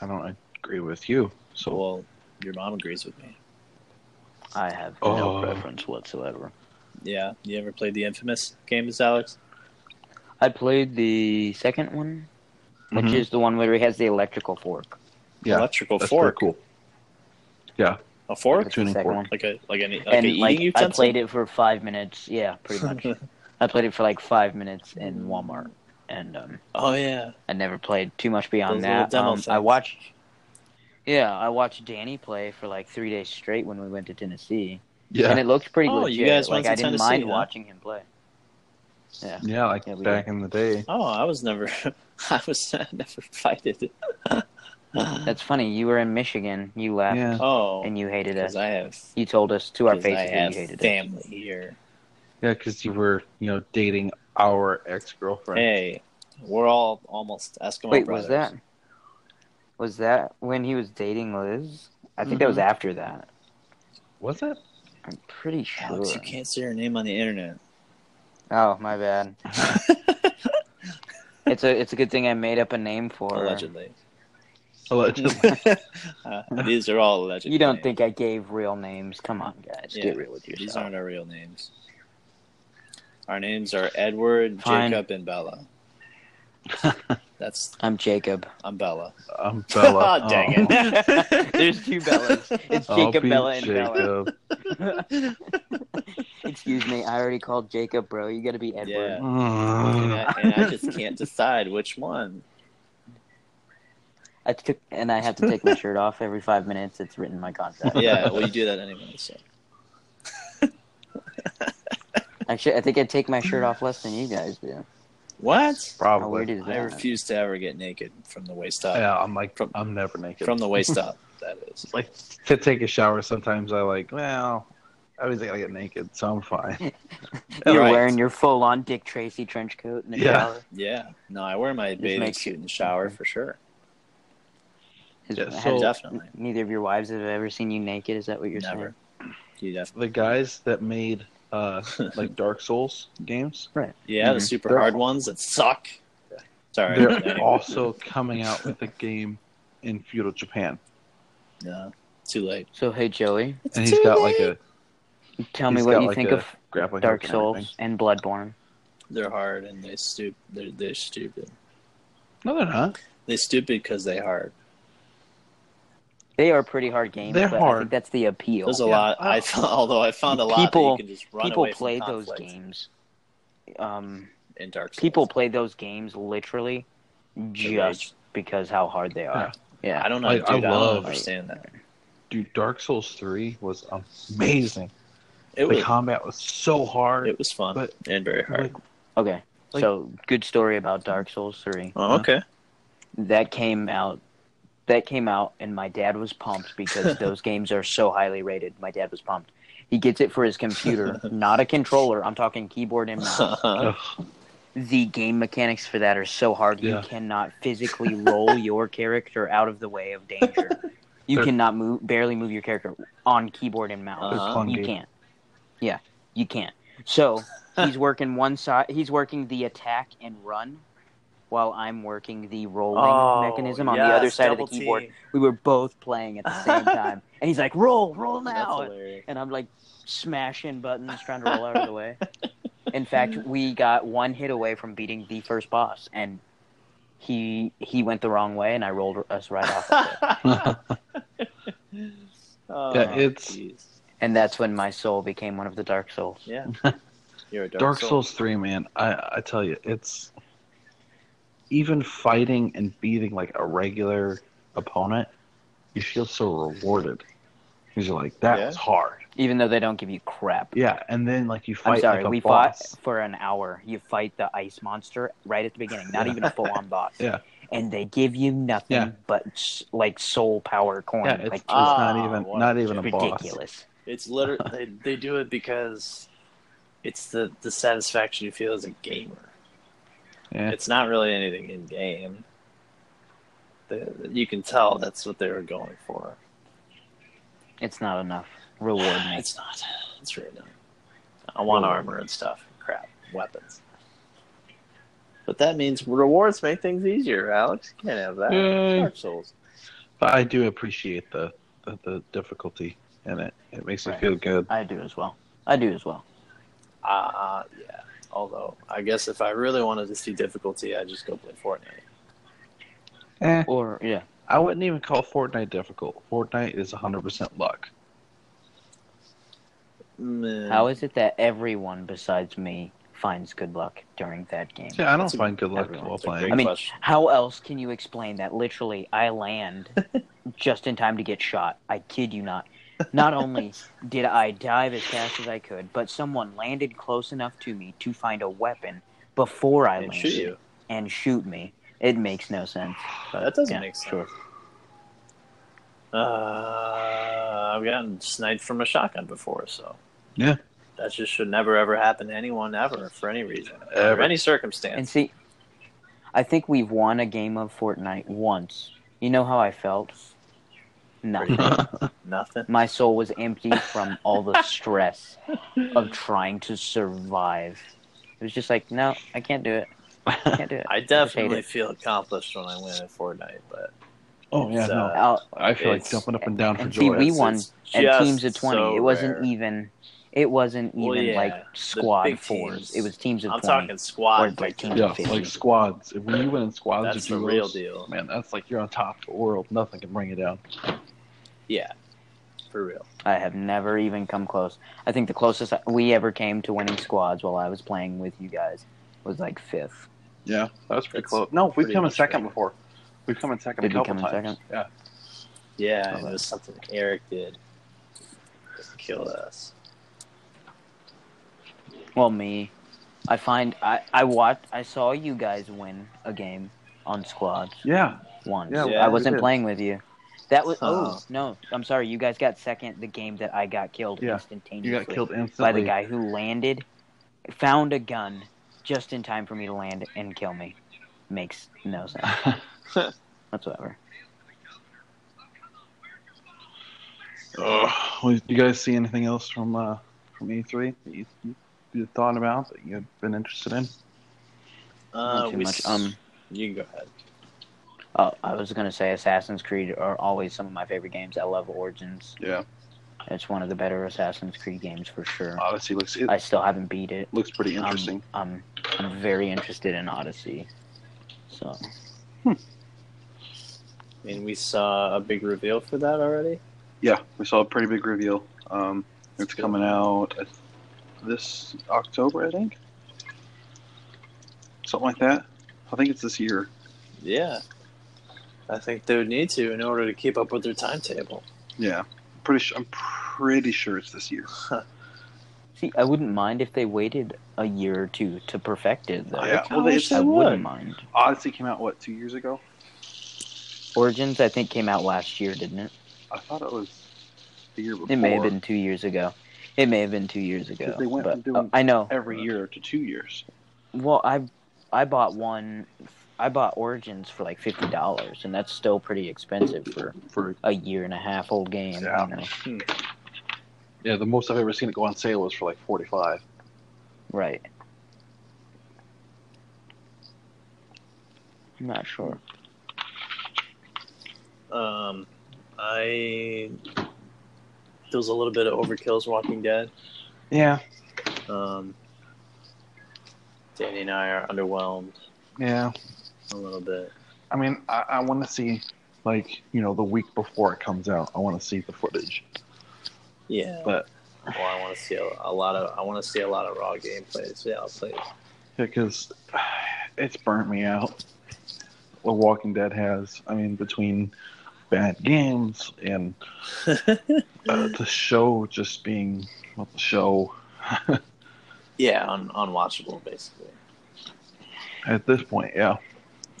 [SPEAKER 2] I don't, agree with you. So
[SPEAKER 1] Well, your mom agrees with me.
[SPEAKER 4] I have
[SPEAKER 2] Oh.
[SPEAKER 4] no preference whatsoever.
[SPEAKER 1] Yeah. You ever played the infamous games, Alex?
[SPEAKER 4] I played the second one, which
[SPEAKER 2] Mhm.
[SPEAKER 4] is the one where he has the electrical fork.
[SPEAKER 2] yeah,
[SPEAKER 1] Electrical
[SPEAKER 2] that's
[SPEAKER 1] fork.
[SPEAKER 2] pretty cool. Yeah,
[SPEAKER 1] A fork?
[SPEAKER 4] That's the
[SPEAKER 2] Tuning
[SPEAKER 4] second
[SPEAKER 2] fork.
[SPEAKER 4] one.
[SPEAKER 1] Like a like an e, like an
[SPEAKER 4] and
[SPEAKER 1] eating
[SPEAKER 4] like I
[SPEAKER 1] utensil.
[SPEAKER 4] played it for five minutes. Yeah,
[SPEAKER 1] <laughs>
[SPEAKER 4] pretty much.
[SPEAKER 2] <laughs>
[SPEAKER 4] I played it for like five minutes in Walmart, and um,
[SPEAKER 1] Oh yeah.
[SPEAKER 4] I never played too much
[SPEAKER 1] Those
[SPEAKER 4] beyond
[SPEAKER 1] little
[SPEAKER 4] that.
[SPEAKER 1] demo
[SPEAKER 4] Um, I
[SPEAKER 1] things.
[SPEAKER 4] watched. Yeah, I watched Danny play for like three days straight when we went to Tennessee,
[SPEAKER 2] yeah,
[SPEAKER 4] and it looked pretty
[SPEAKER 1] Oh,
[SPEAKER 4] legit.
[SPEAKER 1] you guys
[SPEAKER 4] like
[SPEAKER 1] went to
[SPEAKER 4] I didn't
[SPEAKER 1] Tennessee,
[SPEAKER 4] mind
[SPEAKER 1] huh?
[SPEAKER 4] watching him play. Yeah,
[SPEAKER 2] yeah. Like
[SPEAKER 4] Yeah, we
[SPEAKER 2] back in the day,
[SPEAKER 1] Oh, I was never. <laughs> I was I never
[SPEAKER 4] <laughs>
[SPEAKER 1] fighted.
[SPEAKER 4] that's funny. You were in Michigan. You left,
[SPEAKER 2] yeah.
[SPEAKER 1] oh,
[SPEAKER 4] and you hated us.
[SPEAKER 1] because I have.
[SPEAKER 4] You told us to our
[SPEAKER 1] 'cause I
[SPEAKER 4] faces that
[SPEAKER 1] have
[SPEAKER 4] you hated us.
[SPEAKER 1] family here.
[SPEAKER 2] Yeah, because you were you know dating our ex girlfriend.
[SPEAKER 1] Hey, we're all almost Eskimo
[SPEAKER 4] Wait,
[SPEAKER 1] brothers.
[SPEAKER 4] was that was that when he was dating Liz? I think that was
[SPEAKER 1] Mm-hmm.
[SPEAKER 4] after that.
[SPEAKER 2] Was it?
[SPEAKER 4] I'm pretty sure.
[SPEAKER 1] Alex, you can't say your name on the internet.
[SPEAKER 4] Oh, my
[SPEAKER 1] <laughs>
[SPEAKER 4] bad. it's a it's a good thing I made up a name for her. <laughs>
[SPEAKER 1] Allegedly. <laughs>
[SPEAKER 2] Allegedly. <laughs>
[SPEAKER 1] Uh, these are all alleged.
[SPEAKER 4] You don't
[SPEAKER 1] names.
[SPEAKER 4] think I gave real names? Come on, guys,
[SPEAKER 1] Yeah,
[SPEAKER 4] get real with
[SPEAKER 1] These
[SPEAKER 4] yourself.
[SPEAKER 1] aren't our real names. Our names are Edward,
[SPEAKER 4] Fine.
[SPEAKER 1] Jacob,
[SPEAKER 4] <laughs>
[SPEAKER 1] and Bella. That's
[SPEAKER 4] I'm
[SPEAKER 1] <laughs>
[SPEAKER 4] Jacob.
[SPEAKER 1] I'm Bella.
[SPEAKER 4] <laughs>
[SPEAKER 2] I'm Bella.
[SPEAKER 1] Ah, <laughs> dang
[SPEAKER 2] Oh.
[SPEAKER 4] There's two Bellas. It's
[SPEAKER 2] I'll
[SPEAKER 4] Jacob,
[SPEAKER 2] be
[SPEAKER 4] Bella, and Bella.
[SPEAKER 2] Jacob.
[SPEAKER 1] <laughs>
[SPEAKER 4] Excuse me, I already called Jacob, bro. You gotta be Edward.
[SPEAKER 1] Yeah.
[SPEAKER 2] Mm.
[SPEAKER 1] And I, and I just can't decide which one.
[SPEAKER 4] I took and I have to take my shirt off every five minutes. It's written in my contract.
[SPEAKER 1] Yeah, well, you do that anyway. So.
[SPEAKER 4] Actually, I think I take my shirt off less than you guys do.
[SPEAKER 1] What?
[SPEAKER 4] How weird
[SPEAKER 2] Probably.
[SPEAKER 4] is
[SPEAKER 1] I
[SPEAKER 4] that?
[SPEAKER 1] refuse to ever get naked from the waist up.
[SPEAKER 2] Yeah, I'm like
[SPEAKER 1] From-
[SPEAKER 2] I'm never naked.
[SPEAKER 1] From the waist up, that is.
[SPEAKER 2] like to take a shower sometimes I like, well, I always gotta get naked, so I'm fine.
[SPEAKER 4] You're
[SPEAKER 1] Right.
[SPEAKER 4] wearing your full-on Dick Tracy trench coat and a
[SPEAKER 2] Yeah.
[SPEAKER 4] shower.
[SPEAKER 1] Yeah. No, I wear my bathing
[SPEAKER 4] makes-
[SPEAKER 1] suit and shower for sure.
[SPEAKER 4] Has-
[SPEAKER 2] Yeah,
[SPEAKER 4] has-
[SPEAKER 2] so-
[SPEAKER 1] Definitely.
[SPEAKER 4] Neither of your wives have ever seen you naked. Is that what you're
[SPEAKER 1] Never. You def-
[SPEAKER 2] The guys that made
[SPEAKER 1] <laughs>
[SPEAKER 2] uh, like Dark Souls games,
[SPEAKER 1] yeah, the
[SPEAKER 4] Mm-hmm.
[SPEAKER 3] Mhm.
[SPEAKER 1] super
[SPEAKER 2] They're-
[SPEAKER 1] hard ones that suck. Sorry.
[SPEAKER 2] they're
[SPEAKER 1] Anyway,
[SPEAKER 2] also coming out with a game in feudal Japan,
[SPEAKER 1] yeah, too late.
[SPEAKER 4] saying? So hey, Joey,
[SPEAKER 2] and he's got like a
[SPEAKER 4] tell me
[SPEAKER 2] He's
[SPEAKER 4] what
[SPEAKER 2] got
[SPEAKER 4] you
[SPEAKER 2] like
[SPEAKER 4] think
[SPEAKER 2] a
[SPEAKER 4] of
[SPEAKER 2] grappling hook
[SPEAKER 4] Dark
[SPEAKER 2] and everything.
[SPEAKER 4] Souls and Bloodborne.
[SPEAKER 1] They're hard and they stup- they're, they're stupid.
[SPEAKER 2] No, they're not.
[SPEAKER 1] They're stupid because they hard.
[SPEAKER 4] They are pretty hard games.
[SPEAKER 2] They're
[SPEAKER 4] but I
[SPEAKER 2] hard.
[SPEAKER 4] think that's the appeal.
[SPEAKER 1] There's a
[SPEAKER 2] Yeah.
[SPEAKER 1] lot. I found, <laughs> although I found a lot
[SPEAKER 4] People-
[SPEAKER 1] that you can just run
[SPEAKER 4] people
[SPEAKER 1] away from
[SPEAKER 4] play those
[SPEAKER 1] conflict
[SPEAKER 4] games. Um,
[SPEAKER 1] in Dark Souls.
[SPEAKER 4] people play those games literally
[SPEAKER 1] rage.
[SPEAKER 4] just because how hard they are. Yeah.
[SPEAKER 1] I don't know,
[SPEAKER 2] I-
[SPEAKER 1] dude.
[SPEAKER 2] I
[SPEAKER 1] I,
[SPEAKER 2] love-
[SPEAKER 1] don't understand that.
[SPEAKER 2] Dude, Dark Souls three was amazing.
[SPEAKER 1] It
[SPEAKER 2] the
[SPEAKER 1] was
[SPEAKER 2] combat was so hard.
[SPEAKER 1] it was fun
[SPEAKER 2] but-
[SPEAKER 1] and very hard.
[SPEAKER 2] like,
[SPEAKER 4] Okay.
[SPEAKER 2] Like-
[SPEAKER 4] so good story about Dark Souls three.
[SPEAKER 1] oh, okay. <laughs>
[SPEAKER 4] that came out that came out and my dad was pumped because those games are so highly rated my dad was pumped he gets it for his computer not a controller i'm talking keyboard and mouse
[SPEAKER 2] ugh,
[SPEAKER 4] the game mechanics for that are so hard
[SPEAKER 2] Yeah.
[SPEAKER 4] you cannot physically roll your character out of the way of danger you
[SPEAKER 2] They're-
[SPEAKER 4] cannot move barely move your character on keyboard and mouse
[SPEAKER 2] they're
[SPEAKER 1] Uh-huh.
[SPEAKER 2] clunky.
[SPEAKER 4] you can't yeah you can't so he's working one side he's working the attack and run while i'm working the rolling
[SPEAKER 1] Oh,
[SPEAKER 4] mechanism on the other side of the keyboard we were both playing at the same time. And he's like, roll, roll now. And I'm like smashing buttons, trying to roll out of the way. In fact, we got one hit away from beating the first boss, and he he went the wrong way, and I rolled us right
[SPEAKER 1] <laughs>
[SPEAKER 4] off.
[SPEAKER 1] oh,
[SPEAKER 2] Yeah, it's-
[SPEAKER 1] jeez.
[SPEAKER 4] And that's when my soul became one of the Dark Souls.
[SPEAKER 1] yeah. You're a Dark,
[SPEAKER 2] Dark
[SPEAKER 1] Soul.
[SPEAKER 2] Souls three, man. I I tell you, it's even fighting and beating like a regular opponent, you feel so rewarded because you're like, that
[SPEAKER 1] Yeah.
[SPEAKER 2] was hard.
[SPEAKER 4] Even though they don't give you crap.
[SPEAKER 2] Yeah, and then like you fight
[SPEAKER 4] I'm sorry,
[SPEAKER 2] like a
[SPEAKER 4] we
[SPEAKER 2] boss.
[SPEAKER 4] fought for an hour. You fight the ice monster right at the beginning, not even a full
[SPEAKER 2] <laughs>
[SPEAKER 4] on boss.
[SPEAKER 2] Yeah.
[SPEAKER 4] And they give you nothing
[SPEAKER 2] Yeah.
[SPEAKER 4] but s- like soul power coin.
[SPEAKER 2] Yeah, it's,
[SPEAKER 4] like
[SPEAKER 2] it's
[SPEAKER 1] Ah,
[SPEAKER 2] not even
[SPEAKER 1] what
[SPEAKER 2] not
[SPEAKER 1] a
[SPEAKER 2] even a
[SPEAKER 1] joke.
[SPEAKER 2] boss.
[SPEAKER 4] ridiculous.
[SPEAKER 2] <laughs>
[SPEAKER 1] It's literally they, they do it because it's the the satisfaction you feel as a gamer.
[SPEAKER 2] Yeah.
[SPEAKER 1] It's not really anything in game. The- You can tell that's what they were going for. Ah,
[SPEAKER 4] It's not enough. Reward
[SPEAKER 1] <sighs>
[SPEAKER 4] me. <laughs>
[SPEAKER 1] It's not. It's really not. I want armor and stuff. Crap. Weapons. But that means rewards make things easier, Alex. You can't have that.
[SPEAKER 2] Yay.
[SPEAKER 1] Dark Souls.
[SPEAKER 2] But I do appreciate the the, the difficulty in it. It makes
[SPEAKER 4] Right.
[SPEAKER 2] it feel good.
[SPEAKER 4] I do as well. I do as well.
[SPEAKER 1] Uh, yeah. Although, I guess if I really wanted to see difficulty, I'd just go play Fortnite.
[SPEAKER 2] Eh,
[SPEAKER 4] Or yeah,
[SPEAKER 2] I wouldn't even call Fortnite difficult. Fortnite is 100% luck.
[SPEAKER 1] Man.
[SPEAKER 4] how is it that everyone besides me finds good luck during that game?
[SPEAKER 2] Yeah, I don't
[SPEAKER 1] That's a-
[SPEAKER 2] find good luck
[SPEAKER 4] everyone's
[SPEAKER 2] while
[SPEAKER 1] It's a great
[SPEAKER 2] playing.
[SPEAKER 4] I mean-
[SPEAKER 1] question.
[SPEAKER 4] How else can you explain that? Literally, I
[SPEAKER 1] <laughs>
[SPEAKER 4] land just in time to get shot. I kid you not. Not only did I dive as fast as I could, but someone landed close enough to me to find a weapon before I
[SPEAKER 1] And
[SPEAKER 4] landed
[SPEAKER 1] shoot you.
[SPEAKER 4] and shoot me. It makes no sense. but
[SPEAKER 1] That doesn't
[SPEAKER 4] yeah,
[SPEAKER 1] make sense.
[SPEAKER 4] Sure.
[SPEAKER 1] Uh, I've gotten sniped from a shotgun before, so
[SPEAKER 2] Yeah.
[SPEAKER 1] that just should never ever happen to anyone ever for any reason,
[SPEAKER 2] Ever. <laughs>
[SPEAKER 1] for any
[SPEAKER 4] And
[SPEAKER 1] circumstance.
[SPEAKER 4] see, I think we've won a game of Fortnite once. You know how I felt? Nothing. <laughs>
[SPEAKER 1] Nothing.
[SPEAKER 4] My soul was empty from all the stress of trying to survive. It was just like, no, I can't do it. I can't do it.
[SPEAKER 1] <laughs> I
[SPEAKER 4] Hate
[SPEAKER 1] definitely
[SPEAKER 4] it.
[SPEAKER 1] feel accomplished when I win at Fortnite, but
[SPEAKER 2] oh yeah,
[SPEAKER 1] it's,
[SPEAKER 2] no.
[SPEAKER 1] uh,
[SPEAKER 4] I'll,
[SPEAKER 2] I feel like
[SPEAKER 1] it's-
[SPEAKER 2] jumping up and down for
[SPEAKER 4] and
[SPEAKER 2] joy.
[SPEAKER 4] see, we
[SPEAKER 1] It's-
[SPEAKER 4] won
[SPEAKER 1] it's
[SPEAKER 4] at
[SPEAKER 1] just
[SPEAKER 4] teams of twenty.
[SPEAKER 1] so
[SPEAKER 4] it wasn't
[SPEAKER 1] rare.
[SPEAKER 4] even. It wasn't even
[SPEAKER 1] Well, yeah,
[SPEAKER 4] like
[SPEAKER 1] the
[SPEAKER 4] squad
[SPEAKER 1] big
[SPEAKER 4] fours.
[SPEAKER 1] teams.
[SPEAKER 4] It was teams of
[SPEAKER 1] I'm
[SPEAKER 4] twenty.
[SPEAKER 1] talking
[SPEAKER 4] Or,
[SPEAKER 1] squad.
[SPEAKER 4] like,
[SPEAKER 1] Like,
[SPEAKER 4] teams.
[SPEAKER 2] yeah,
[SPEAKER 4] fifty.
[SPEAKER 2] like squads. If when you win in squads,
[SPEAKER 1] that's
[SPEAKER 2] or
[SPEAKER 1] the real
[SPEAKER 2] duos,
[SPEAKER 1] deal.
[SPEAKER 2] Man, that's like you're on top of the world. Nothing can bring you down.
[SPEAKER 1] Yeah, for real.
[SPEAKER 4] I have never even come close. I think the closest I- we ever came to winning squads while I was playing with you guys was like fifth.
[SPEAKER 2] Yeah, that's pretty
[SPEAKER 1] It's
[SPEAKER 2] close. No, we've
[SPEAKER 1] pretty
[SPEAKER 2] come in
[SPEAKER 1] much
[SPEAKER 2] second
[SPEAKER 1] right.
[SPEAKER 2] before. We've come in second
[SPEAKER 4] Did
[SPEAKER 2] a
[SPEAKER 4] we
[SPEAKER 2] couple
[SPEAKER 4] come in
[SPEAKER 2] times. Yeah,
[SPEAKER 1] Yeah, and
[SPEAKER 4] Okay.
[SPEAKER 1] it was something Eric did. Killed us.
[SPEAKER 4] Well, me, I find I I watched I saw you guys win a game on squads
[SPEAKER 2] yeah.
[SPEAKER 4] once.
[SPEAKER 2] Yeah,
[SPEAKER 1] Yeah,
[SPEAKER 4] I
[SPEAKER 1] we
[SPEAKER 4] wasn't
[SPEAKER 2] did.
[SPEAKER 4] playing with you. That was oh
[SPEAKER 1] Oh.
[SPEAKER 4] no, I'm sorry. You guys got second the game that I got killed
[SPEAKER 2] Yeah, you got
[SPEAKER 4] instantaneously
[SPEAKER 2] You got killed instantly.
[SPEAKER 4] by
[SPEAKER 2] <laughs>
[SPEAKER 4] the guy who landed, found a gun just in time for me to land
[SPEAKER 2] <laughs>
[SPEAKER 4] and kill me. Makes no sense whatsoever.
[SPEAKER 2] Uh, well, you guys see anything else from uh, from E3 that you, you, you thought about that you've been interested in?
[SPEAKER 1] Uh,
[SPEAKER 4] Not too
[SPEAKER 1] we
[SPEAKER 4] much.
[SPEAKER 1] s-
[SPEAKER 4] Um,
[SPEAKER 1] you can go ahead.
[SPEAKER 4] uh, I was gonna say Assassin's Creed are always some of my favorite games. I love Origins.
[SPEAKER 2] Yeah,
[SPEAKER 4] It's one of the better Assassin's Creed games for sure.
[SPEAKER 2] Odyssey looks it
[SPEAKER 4] I Um, still haven't beat it.
[SPEAKER 2] looks pretty
[SPEAKER 4] I'm-
[SPEAKER 2] interesting.
[SPEAKER 4] I'm, I'm very interested in Odyssey. So
[SPEAKER 1] I mean, we saw a big reveal for that already.
[SPEAKER 2] yeah, we saw a pretty big reveal. Um, it's coming out uh, this October, I think, something like that. I think it's this year.
[SPEAKER 1] Yeah, I think they would need to in order to keep up with their timetable.
[SPEAKER 2] Yeah, pretty. Su- I'm pretty sure it's this year.
[SPEAKER 4] see, I wouldn't mind if they waited a year or two to perfect it though.
[SPEAKER 2] Yeah.
[SPEAKER 1] I
[SPEAKER 2] Well, they-
[SPEAKER 1] wish
[SPEAKER 4] I
[SPEAKER 1] they
[SPEAKER 4] wouldn't
[SPEAKER 1] would.
[SPEAKER 4] mind.
[SPEAKER 2] Odyssey came out what two years ago?
[SPEAKER 4] Origins, I think, came out last year, didn't it?
[SPEAKER 2] I thought it was the year before.
[SPEAKER 4] It may have been two years ago. It may have been two years ago.
[SPEAKER 2] 'Cause they went
[SPEAKER 4] but,
[SPEAKER 2] from doing-
[SPEAKER 4] uh, I know.
[SPEAKER 2] every year to two years.
[SPEAKER 4] Well, I I bought one. I bought Origins for like fifty dollars, and that's still pretty expensive for
[SPEAKER 2] For
[SPEAKER 4] a year and a half old game. you
[SPEAKER 2] Yeah.
[SPEAKER 4] know.
[SPEAKER 2] yeah, the most I've ever seen it go on sale was for like forty five.
[SPEAKER 4] Right. I'm not sure.
[SPEAKER 1] Um, I there was a little bit of overkill's Walking Dead.
[SPEAKER 2] Yeah,
[SPEAKER 1] Um, Danny and I are underwhelmed
[SPEAKER 2] yeah.
[SPEAKER 1] a little bit.
[SPEAKER 2] I mean, I, I want to see like you know the week before it comes out. I want to see the footage,
[SPEAKER 1] Yeah,
[SPEAKER 2] but
[SPEAKER 1] well, oh, I want to see a, a lot of I want to see a lot of raw gameplays. Yeah, I'll play. it.
[SPEAKER 2] because <sighs> it's burnt me out. The Walking Dead has. I mean, between bad games and
[SPEAKER 1] <laughs>
[SPEAKER 2] uh, the show just being not the show.
[SPEAKER 1] yeah, un, unwatchable basically.
[SPEAKER 2] At this point, yeah,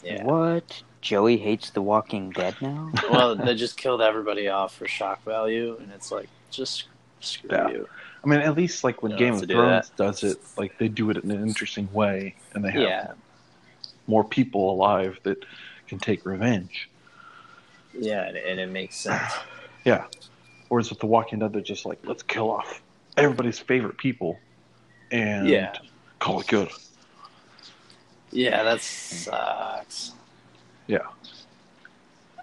[SPEAKER 1] Yeah.
[SPEAKER 4] What? Joey hates The Walking Dead now.
[SPEAKER 1] well, they just killed everybody off for shock value, and it's like just screw
[SPEAKER 2] Yeah.
[SPEAKER 1] you.
[SPEAKER 2] I mean, at least like when
[SPEAKER 1] You don't
[SPEAKER 2] Game
[SPEAKER 1] have
[SPEAKER 2] of
[SPEAKER 1] to do
[SPEAKER 2] Thrones does it, like they do it in an interesting way, and they have
[SPEAKER 1] Yeah.
[SPEAKER 2] more people alive that can take revenge.
[SPEAKER 1] Yeah, and, and it makes sense.
[SPEAKER 2] Yeah. Whereas with The Walking Dead, they're just like, let's kill off everybody's favorite people, and
[SPEAKER 1] Yeah.
[SPEAKER 2] call it good.
[SPEAKER 1] Yeah, that sucks.
[SPEAKER 2] Yeah.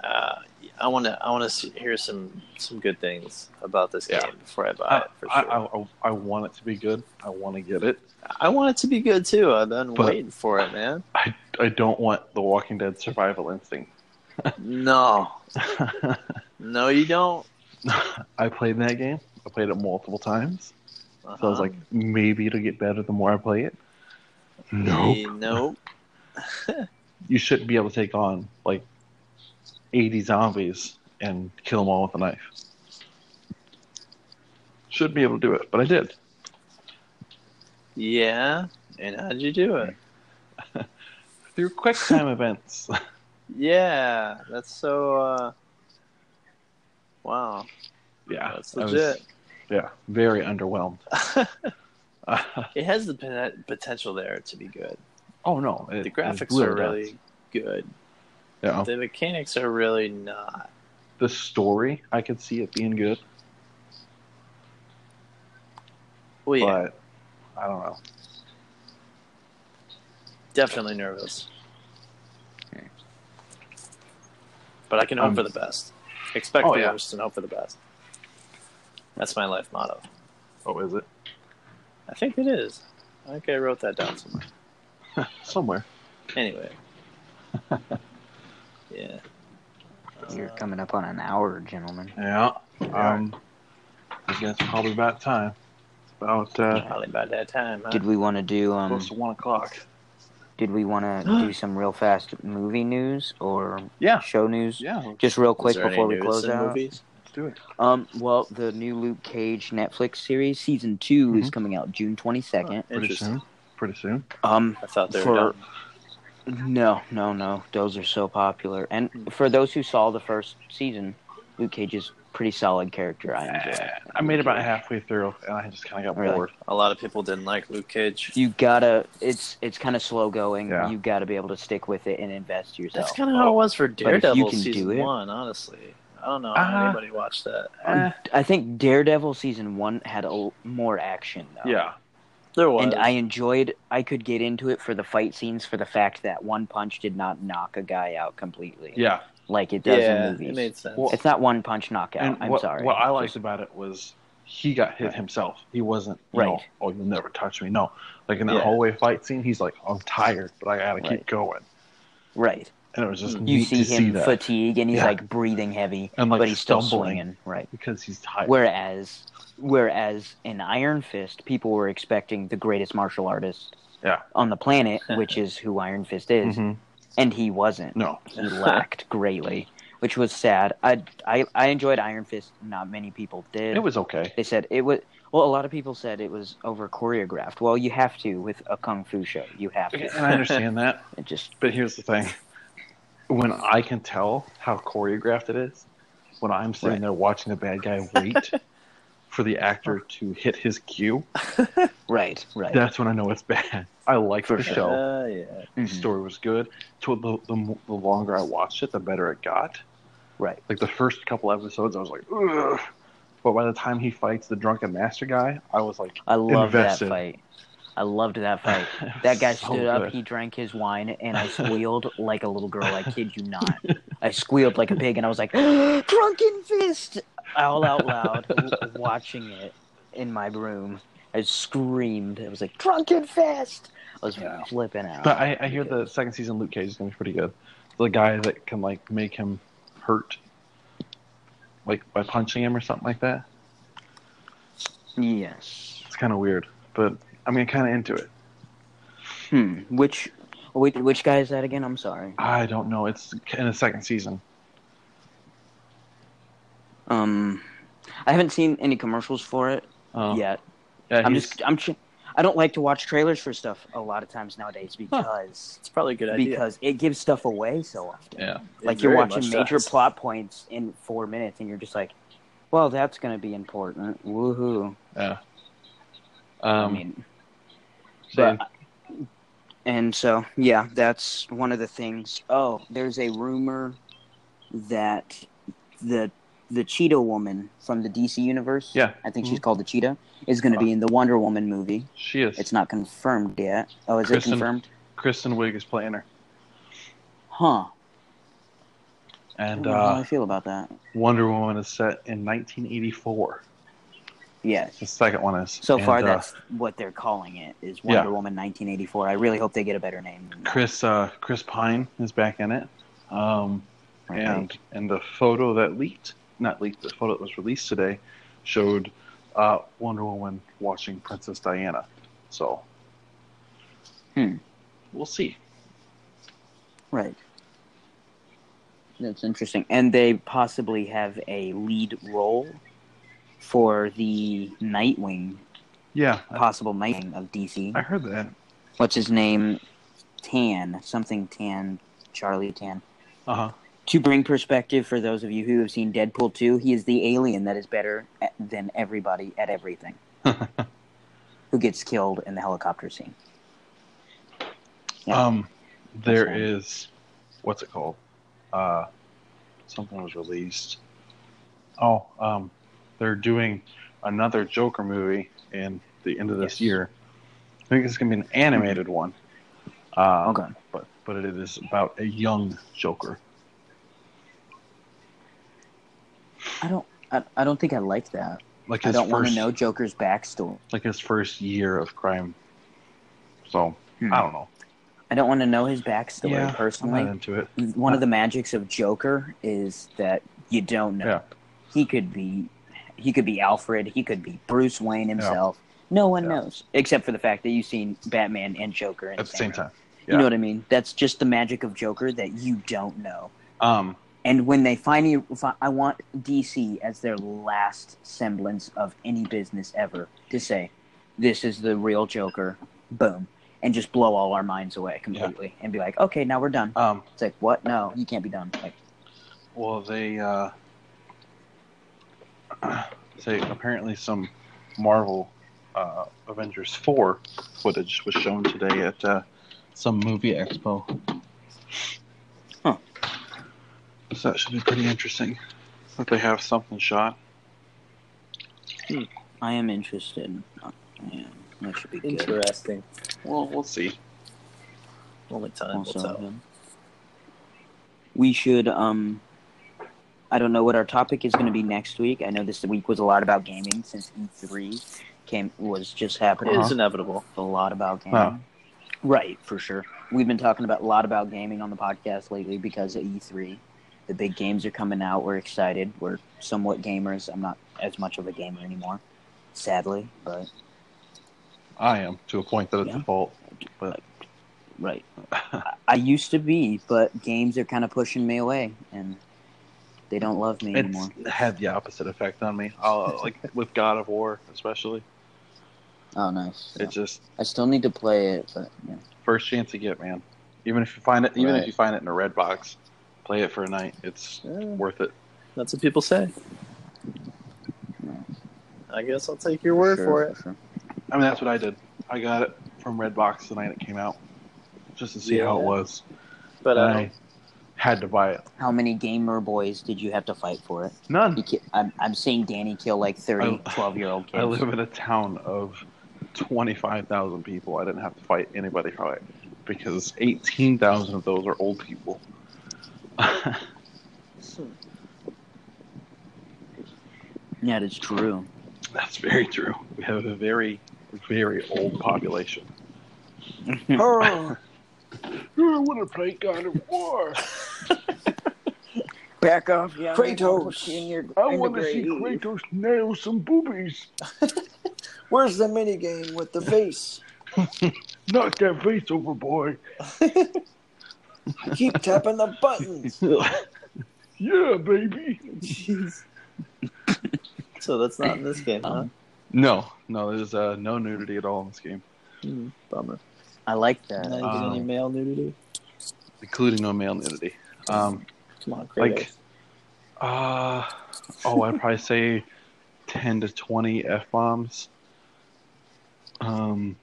[SPEAKER 1] Uh, I want to. I want to hear some some good things about this
[SPEAKER 2] Yeah.
[SPEAKER 1] game before I buy
[SPEAKER 2] I,
[SPEAKER 1] it. For
[SPEAKER 2] I,
[SPEAKER 1] sure. I,
[SPEAKER 2] I, I want it to be good. I want to get it.
[SPEAKER 1] want it to be good too. I've been
[SPEAKER 2] But-
[SPEAKER 1] waiting for it, man.
[SPEAKER 2] I, I don't want The Walking Dead survival instinct. <laughs>
[SPEAKER 1] No, no, you don't.
[SPEAKER 2] I played that game. I played it multiple times.
[SPEAKER 1] Uh-huh.
[SPEAKER 2] So I was like, maybe it'll get better the more I play it. No.
[SPEAKER 1] Eh, nope.
[SPEAKER 2] you shouldn't be able to take on like 80 zombies and kill them all with a knife. Should be able to do it, but I did.
[SPEAKER 1] Yeah, and how'd you do it?
[SPEAKER 2] Through quick <laughs> time events.
[SPEAKER 1] Yeah, that's so. uh Wow,
[SPEAKER 2] yeah.
[SPEAKER 1] that's
[SPEAKER 2] I was-
[SPEAKER 1] legit.
[SPEAKER 2] yeah, very
[SPEAKER 1] <laughs>
[SPEAKER 2] underwhelmed. <laughs> Uh,
[SPEAKER 1] it has the pen- potential there to be good.
[SPEAKER 2] oh no, it-
[SPEAKER 1] The
[SPEAKER 2] it
[SPEAKER 1] graphics
[SPEAKER 2] blew
[SPEAKER 1] are
[SPEAKER 2] it
[SPEAKER 1] really good.
[SPEAKER 2] out. Yeah.
[SPEAKER 1] The mechanics are really not.
[SPEAKER 2] The story, I could see it being good,
[SPEAKER 1] Well, yeah,
[SPEAKER 2] but I don't know.
[SPEAKER 1] definitely nervous.
[SPEAKER 4] Okay.
[SPEAKER 1] But I can hope
[SPEAKER 2] Um,
[SPEAKER 1] for the best. Expect
[SPEAKER 2] oh,
[SPEAKER 1] the
[SPEAKER 2] yeah.
[SPEAKER 1] worst and hope for the best. That's my life motto.
[SPEAKER 2] Oh, is it
[SPEAKER 1] I think it is. I think I wrote that down somewhere.
[SPEAKER 2] somewhere?
[SPEAKER 1] Anyway. yeah.
[SPEAKER 4] You're
[SPEAKER 1] Uh,
[SPEAKER 4] coming up on an hour, gentlemen.
[SPEAKER 2] Yeah.
[SPEAKER 1] Yeah.
[SPEAKER 2] Um, I guess probably about time. About uh,
[SPEAKER 1] probably about that time. Huh?
[SPEAKER 4] Did we want to do um?
[SPEAKER 2] close to one o'clock.
[SPEAKER 4] Did we want to do some real fast movie news or
[SPEAKER 2] Yeah.
[SPEAKER 4] show news?
[SPEAKER 2] Yeah,
[SPEAKER 4] Just real
[SPEAKER 1] Was
[SPEAKER 4] quick
[SPEAKER 1] there any
[SPEAKER 4] before we
[SPEAKER 1] news
[SPEAKER 4] close
[SPEAKER 1] in
[SPEAKER 4] out.
[SPEAKER 1] Movies?
[SPEAKER 2] let's do it.
[SPEAKER 4] Um, well, the new Luke Cage Netflix series season 2 is coming out June twenty second.
[SPEAKER 2] Pretty
[SPEAKER 1] Interesting.
[SPEAKER 2] soon. Pretty soon.
[SPEAKER 4] Um,
[SPEAKER 1] I thought they were
[SPEAKER 4] For-
[SPEAKER 1] done.
[SPEAKER 4] no, no, no, those are so popular. And for those who saw the first season, Luke Cage is pretty solid character. I enjoy.
[SPEAKER 2] Uh, I made about halfway through, and I just kind of got
[SPEAKER 4] Really?
[SPEAKER 2] bored.
[SPEAKER 1] A lot of people didn't like Luke Cage.
[SPEAKER 4] You gotta. It's it's kind of slow going.
[SPEAKER 2] Yeah.
[SPEAKER 4] You gotta be able to stick with it and invest yourself.
[SPEAKER 1] That's kind of how it was for
[SPEAKER 4] if you
[SPEAKER 1] Daredevil
[SPEAKER 4] can
[SPEAKER 1] season
[SPEAKER 4] do it-
[SPEAKER 1] one, honestly. I don't know
[SPEAKER 2] Uh,
[SPEAKER 1] how anybody watched that.
[SPEAKER 2] Eh,
[SPEAKER 4] I think Daredevil season one had a l- more action though.
[SPEAKER 2] yeah.
[SPEAKER 1] There was.
[SPEAKER 4] And I enjoyed. I could get into it for the fight scenes for the fact that one punch did not knock a guy out completely,
[SPEAKER 2] Yeah.
[SPEAKER 4] like it does
[SPEAKER 1] yeah,
[SPEAKER 4] in movies.
[SPEAKER 1] it made sense.
[SPEAKER 2] Well,
[SPEAKER 4] it's not one punch knockout.
[SPEAKER 2] And
[SPEAKER 4] I'm
[SPEAKER 2] what,
[SPEAKER 4] sorry.
[SPEAKER 2] What I liked about it was he got hit himself. He wasn't right.
[SPEAKER 4] Right.
[SPEAKER 2] oh, you'll never touch me. No, like in that
[SPEAKER 1] Yeah.
[SPEAKER 2] hallway fight scene, he's like, I'm tired, but I gotta keep
[SPEAKER 4] Right.
[SPEAKER 2] going.
[SPEAKER 4] right?
[SPEAKER 2] And it was just
[SPEAKER 1] Mm.
[SPEAKER 2] neat
[SPEAKER 4] You see
[SPEAKER 2] to
[SPEAKER 4] him
[SPEAKER 2] see that
[SPEAKER 4] fatigue and he's
[SPEAKER 2] Yeah.
[SPEAKER 4] like breathing heavy,
[SPEAKER 2] And, like,
[SPEAKER 4] but he's still
[SPEAKER 2] stumbling.
[SPEAKER 4] swinging. Right.
[SPEAKER 2] because he's tired.
[SPEAKER 4] Whereas, whereas in Iron Fist, people were expecting the greatest martial artist
[SPEAKER 2] Yeah.
[SPEAKER 4] on the
[SPEAKER 1] <laughs>
[SPEAKER 4] planet, which is who Iron Fist is,
[SPEAKER 2] Mhm.
[SPEAKER 4] and he wasn't.
[SPEAKER 2] No, <laughs>
[SPEAKER 4] He lacked greatly, which was sad. I, I I enjoyed Iron Fist. Not many people did.
[SPEAKER 2] it was okay.
[SPEAKER 4] They said it was. Well, a lot of people said it was over choreographed. Well, you have to with a kung fu show. You have
[SPEAKER 2] Okay,
[SPEAKER 4] to.
[SPEAKER 2] And I understand that,
[SPEAKER 4] It just
[SPEAKER 2] but here's the thing: when I can tell how choreographed it is, when I'm sitting
[SPEAKER 4] Right.
[SPEAKER 2] there watching the bad guy wait for the actor to hit his cue,
[SPEAKER 4] right, right.
[SPEAKER 2] that's when I know it's bad. I like the
[SPEAKER 1] Uh,
[SPEAKER 2] show.
[SPEAKER 1] yeah.
[SPEAKER 2] The
[SPEAKER 4] Mhm.
[SPEAKER 2] story was good. To the, the m- the longer I watched it, the better it got.
[SPEAKER 4] Right.
[SPEAKER 2] Like the first couple episodes, I was like, Ugh. but by the time he fights the drunken master guy, I was like,
[SPEAKER 4] I loved
[SPEAKER 2] Invested.
[SPEAKER 4] that fight. I loved that
[SPEAKER 2] <laughs>
[SPEAKER 4] fight. That guy
[SPEAKER 2] so
[SPEAKER 4] stood up,
[SPEAKER 2] good.
[SPEAKER 4] he drank his wine,
[SPEAKER 2] <laughs>
[SPEAKER 4] and I squealed like a little girl. I kid you not. I squealed like a pig, and I was like, <gasps> Drunken Fist! All
[SPEAKER 2] <laughs>
[SPEAKER 4] out loud, w- watching it in my room. I screamed. I was like, Drunken Fist! I was
[SPEAKER 2] Yeah.
[SPEAKER 4] flipping out.
[SPEAKER 2] But I, I hear the second season Luke Cage is going to be pretty good. The guy that can like make him hurt, like by punching him or something like that.
[SPEAKER 4] Yes.
[SPEAKER 2] It's kind of weird, but I'm mean, kind of into it.
[SPEAKER 4] Hmm. Which, which, which guy is that again? I'm sorry.
[SPEAKER 2] I don't know. It's in the second season.
[SPEAKER 4] Um, I haven't seen any commercials for it
[SPEAKER 2] Um,
[SPEAKER 4] yet.
[SPEAKER 2] yeah,
[SPEAKER 4] I'm
[SPEAKER 2] he's-
[SPEAKER 4] just I'm tr- I don't like to watch trailers for stuff a lot of times nowadays because
[SPEAKER 1] It's probably a good idea.
[SPEAKER 4] because it gives stuff away so often.
[SPEAKER 2] yeah.
[SPEAKER 1] It
[SPEAKER 4] Like you're
[SPEAKER 1] very
[SPEAKER 4] watching
[SPEAKER 1] much
[SPEAKER 4] major
[SPEAKER 1] does.
[SPEAKER 4] plot points in 4 minutes and you're just like, "Well, that's going to be important." Woohoo.
[SPEAKER 2] Um,
[SPEAKER 4] I mean,
[SPEAKER 2] so-
[SPEAKER 4] but- and so yeah, that's one of the things. Oh, there's a rumor that the the Cheetah woman from the DC universe,
[SPEAKER 2] yeah, Mm, Mm-hmm.
[SPEAKER 4] I think she's called the Cheetah, is going to be in the Wonder Woman movie.
[SPEAKER 2] she is.
[SPEAKER 4] It's not confirmed yet. Oh, is
[SPEAKER 2] Kristen-
[SPEAKER 4] it confirmed?
[SPEAKER 2] Kristen Wiig is playing her,
[SPEAKER 4] Huh.
[SPEAKER 2] and
[SPEAKER 4] I don't know how
[SPEAKER 2] uh,
[SPEAKER 4] I feel about that.
[SPEAKER 2] Wonder Woman is set in 1984.
[SPEAKER 4] Yes.
[SPEAKER 2] The second one is.
[SPEAKER 4] So
[SPEAKER 2] And,
[SPEAKER 4] far,
[SPEAKER 2] uh,
[SPEAKER 4] that's what they're calling it is
[SPEAKER 2] Yeah.
[SPEAKER 4] Wonder Woman 1984. I really hope they get a better name. than that.
[SPEAKER 2] Chris. Uh, Chris Pine is back in it, um,
[SPEAKER 4] Right.
[SPEAKER 2] and and the photo that leaked, not leaked, the photo that was released today, showed uh, Wonder Woman watching Princess Diana. So.
[SPEAKER 4] Hmm.
[SPEAKER 2] We'll see.
[SPEAKER 4] Right. That's interesting. And they possibly have a lead role for the Nightwing,
[SPEAKER 2] Yeah, I,
[SPEAKER 4] possible Nightwing of DC.
[SPEAKER 2] I heard that.
[SPEAKER 4] What's his name? Tan. Something Tan. Charlie Tan.
[SPEAKER 2] Uh huh.
[SPEAKER 4] To bring perspective for those of you who have seen Deadpool 2, he is the alien that is better at, than everybody
[SPEAKER 2] <laughs>
[SPEAKER 4] at everything. who gets killed in the helicopter scene. Yeah.
[SPEAKER 2] Um, there
[SPEAKER 4] That's fine.
[SPEAKER 2] is, what's it called? Uh, something was released. Oh, um, they're doing another Joker movie in the end of this
[SPEAKER 4] Yes.
[SPEAKER 2] year. I think it's gonna be an animated one. Uh,
[SPEAKER 4] Okay.
[SPEAKER 2] but but it is about a young Joker.
[SPEAKER 4] I don't. I, I don't think I like that.
[SPEAKER 2] Like
[SPEAKER 4] I
[SPEAKER 2] his
[SPEAKER 4] don't want
[SPEAKER 2] first,
[SPEAKER 4] to know Joker's backstory.
[SPEAKER 2] like his first year of crime. So
[SPEAKER 4] Hmm.
[SPEAKER 2] I don't know.
[SPEAKER 4] I don't want to know his backstory
[SPEAKER 2] Yeah, I'm not
[SPEAKER 4] personally.
[SPEAKER 2] into it.
[SPEAKER 4] One of the magics of Joker is that you don't know.
[SPEAKER 2] Yeah.
[SPEAKER 4] He could be, he could be Alfred. He could be Bruce Wayne himself. No one
[SPEAKER 2] Yeah.
[SPEAKER 4] knows except for the fact that you've seen Batman and Joker in
[SPEAKER 2] At the same
[SPEAKER 4] room.
[SPEAKER 2] time,
[SPEAKER 4] You
[SPEAKER 2] yeah.
[SPEAKER 4] know what I mean? That's just the magic of Joker that you don't know.
[SPEAKER 2] um,
[SPEAKER 4] And when they finally, fi- I want DC as their last semblance of any business ever to say, this is the real Joker, boom, and just blow all our minds away completely and be like, okay, now we're done.
[SPEAKER 2] um,
[SPEAKER 4] It's like, what? No, you can't be done. Like,
[SPEAKER 2] Well, they uh, <clears throat> say apparently some Marvel uh, Avengers four footage was shown today at uh, some movie expo.
[SPEAKER 4] Huh.
[SPEAKER 2] So that should be pretty interesting. That they have something shot.
[SPEAKER 4] I am interested. Yeah, that should be good.
[SPEAKER 1] <laughs> Interesting.
[SPEAKER 2] Well, we'll see.
[SPEAKER 1] Only time will
[SPEAKER 4] Also,
[SPEAKER 1] tell.
[SPEAKER 4] um, we should. Um, I don't know what our topic is going to be next week. I know this week was a lot about gaming since E3 came was just happening.
[SPEAKER 1] It's inevitable.
[SPEAKER 4] a lot about gaming.
[SPEAKER 2] Oh.
[SPEAKER 4] Right, for sure. We've been talking about a lot about gaming on the podcast lately because of E3. The big games are coming out. We're excited. We're somewhat gamers. I'm not as much of a gamer anymore, sadly, but
[SPEAKER 2] I am to a point that it's
[SPEAKER 4] Yeah.
[SPEAKER 2] a fault, but
[SPEAKER 4] right. I, I used to be, but games are kind of pushing me away, and they don't love me anymore.
[SPEAKER 2] <laughs> it's had the opposite effect on me.
[SPEAKER 1] <laughs>
[SPEAKER 2] I'll, like with God of War, especially.
[SPEAKER 4] Oh, nice.
[SPEAKER 2] It just
[SPEAKER 4] I still need to play it, but yeah.
[SPEAKER 2] first chance you get, man. Even if you find it, even
[SPEAKER 1] Right.
[SPEAKER 2] if you find it in a red box, play it for a night. It's
[SPEAKER 1] Eh,
[SPEAKER 2] worth it.
[SPEAKER 1] that's what people say.
[SPEAKER 4] No.
[SPEAKER 1] I guess I'll take your word
[SPEAKER 4] sure,
[SPEAKER 1] for it.
[SPEAKER 4] sure.
[SPEAKER 2] I mean, that's what I did. I got it from Redbox the night it came out, just to see how it
[SPEAKER 1] Yeah.
[SPEAKER 2] was.
[SPEAKER 1] But uh,
[SPEAKER 2] And
[SPEAKER 1] I
[SPEAKER 2] I had to buy it.
[SPEAKER 4] How many gamer boys did you have to fight for it? You
[SPEAKER 2] None.
[SPEAKER 4] ki- I'm, I'm seeing Danny kill like 30,
[SPEAKER 2] I-
[SPEAKER 4] 12 year old kids.
[SPEAKER 2] I live in a town of twenty-five thousand people. I didn't have to fight anybody for it because eighteen thousand of those are old people. <laughs>
[SPEAKER 1] don't-
[SPEAKER 4] Yeah, that's true.
[SPEAKER 2] That's very true. We have a very, very old population.
[SPEAKER 1] Oh,
[SPEAKER 2] I want to play God of War.
[SPEAKER 4] Back off, yeah.
[SPEAKER 5] Kratos. In your, in the grave.
[SPEAKER 2] nail some boobies.
[SPEAKER 5] Where's the minigame with the face?
[SPEAKER 2] Knock that face over, boy.
[SPEAKER 5] Keep tapping the buttons.
[SPEAKER 2] yeah, baby.
[SPEAKER 1] jeez. so that's not in this game, huh?
[SPEAKER 2] No, no, there's uh, no nudity at all in this game,
[SPEAKER 1] Hmm, bummer.
[SPEAKER 4] I like
[SPEAKER 1] Not
[SPEAKER 4] that.
[SPEAKER 1] even any
[SPEAKER 2] Um,
[SPEAKER 1] male nudity.
[SPEAKER 2] including no male nudity. Um,
[SPEAKER 1] Come on, Kratos.
[SPEAKER 2] like- uh, oh, I'd probably say 10 to 20 F bombs. Um,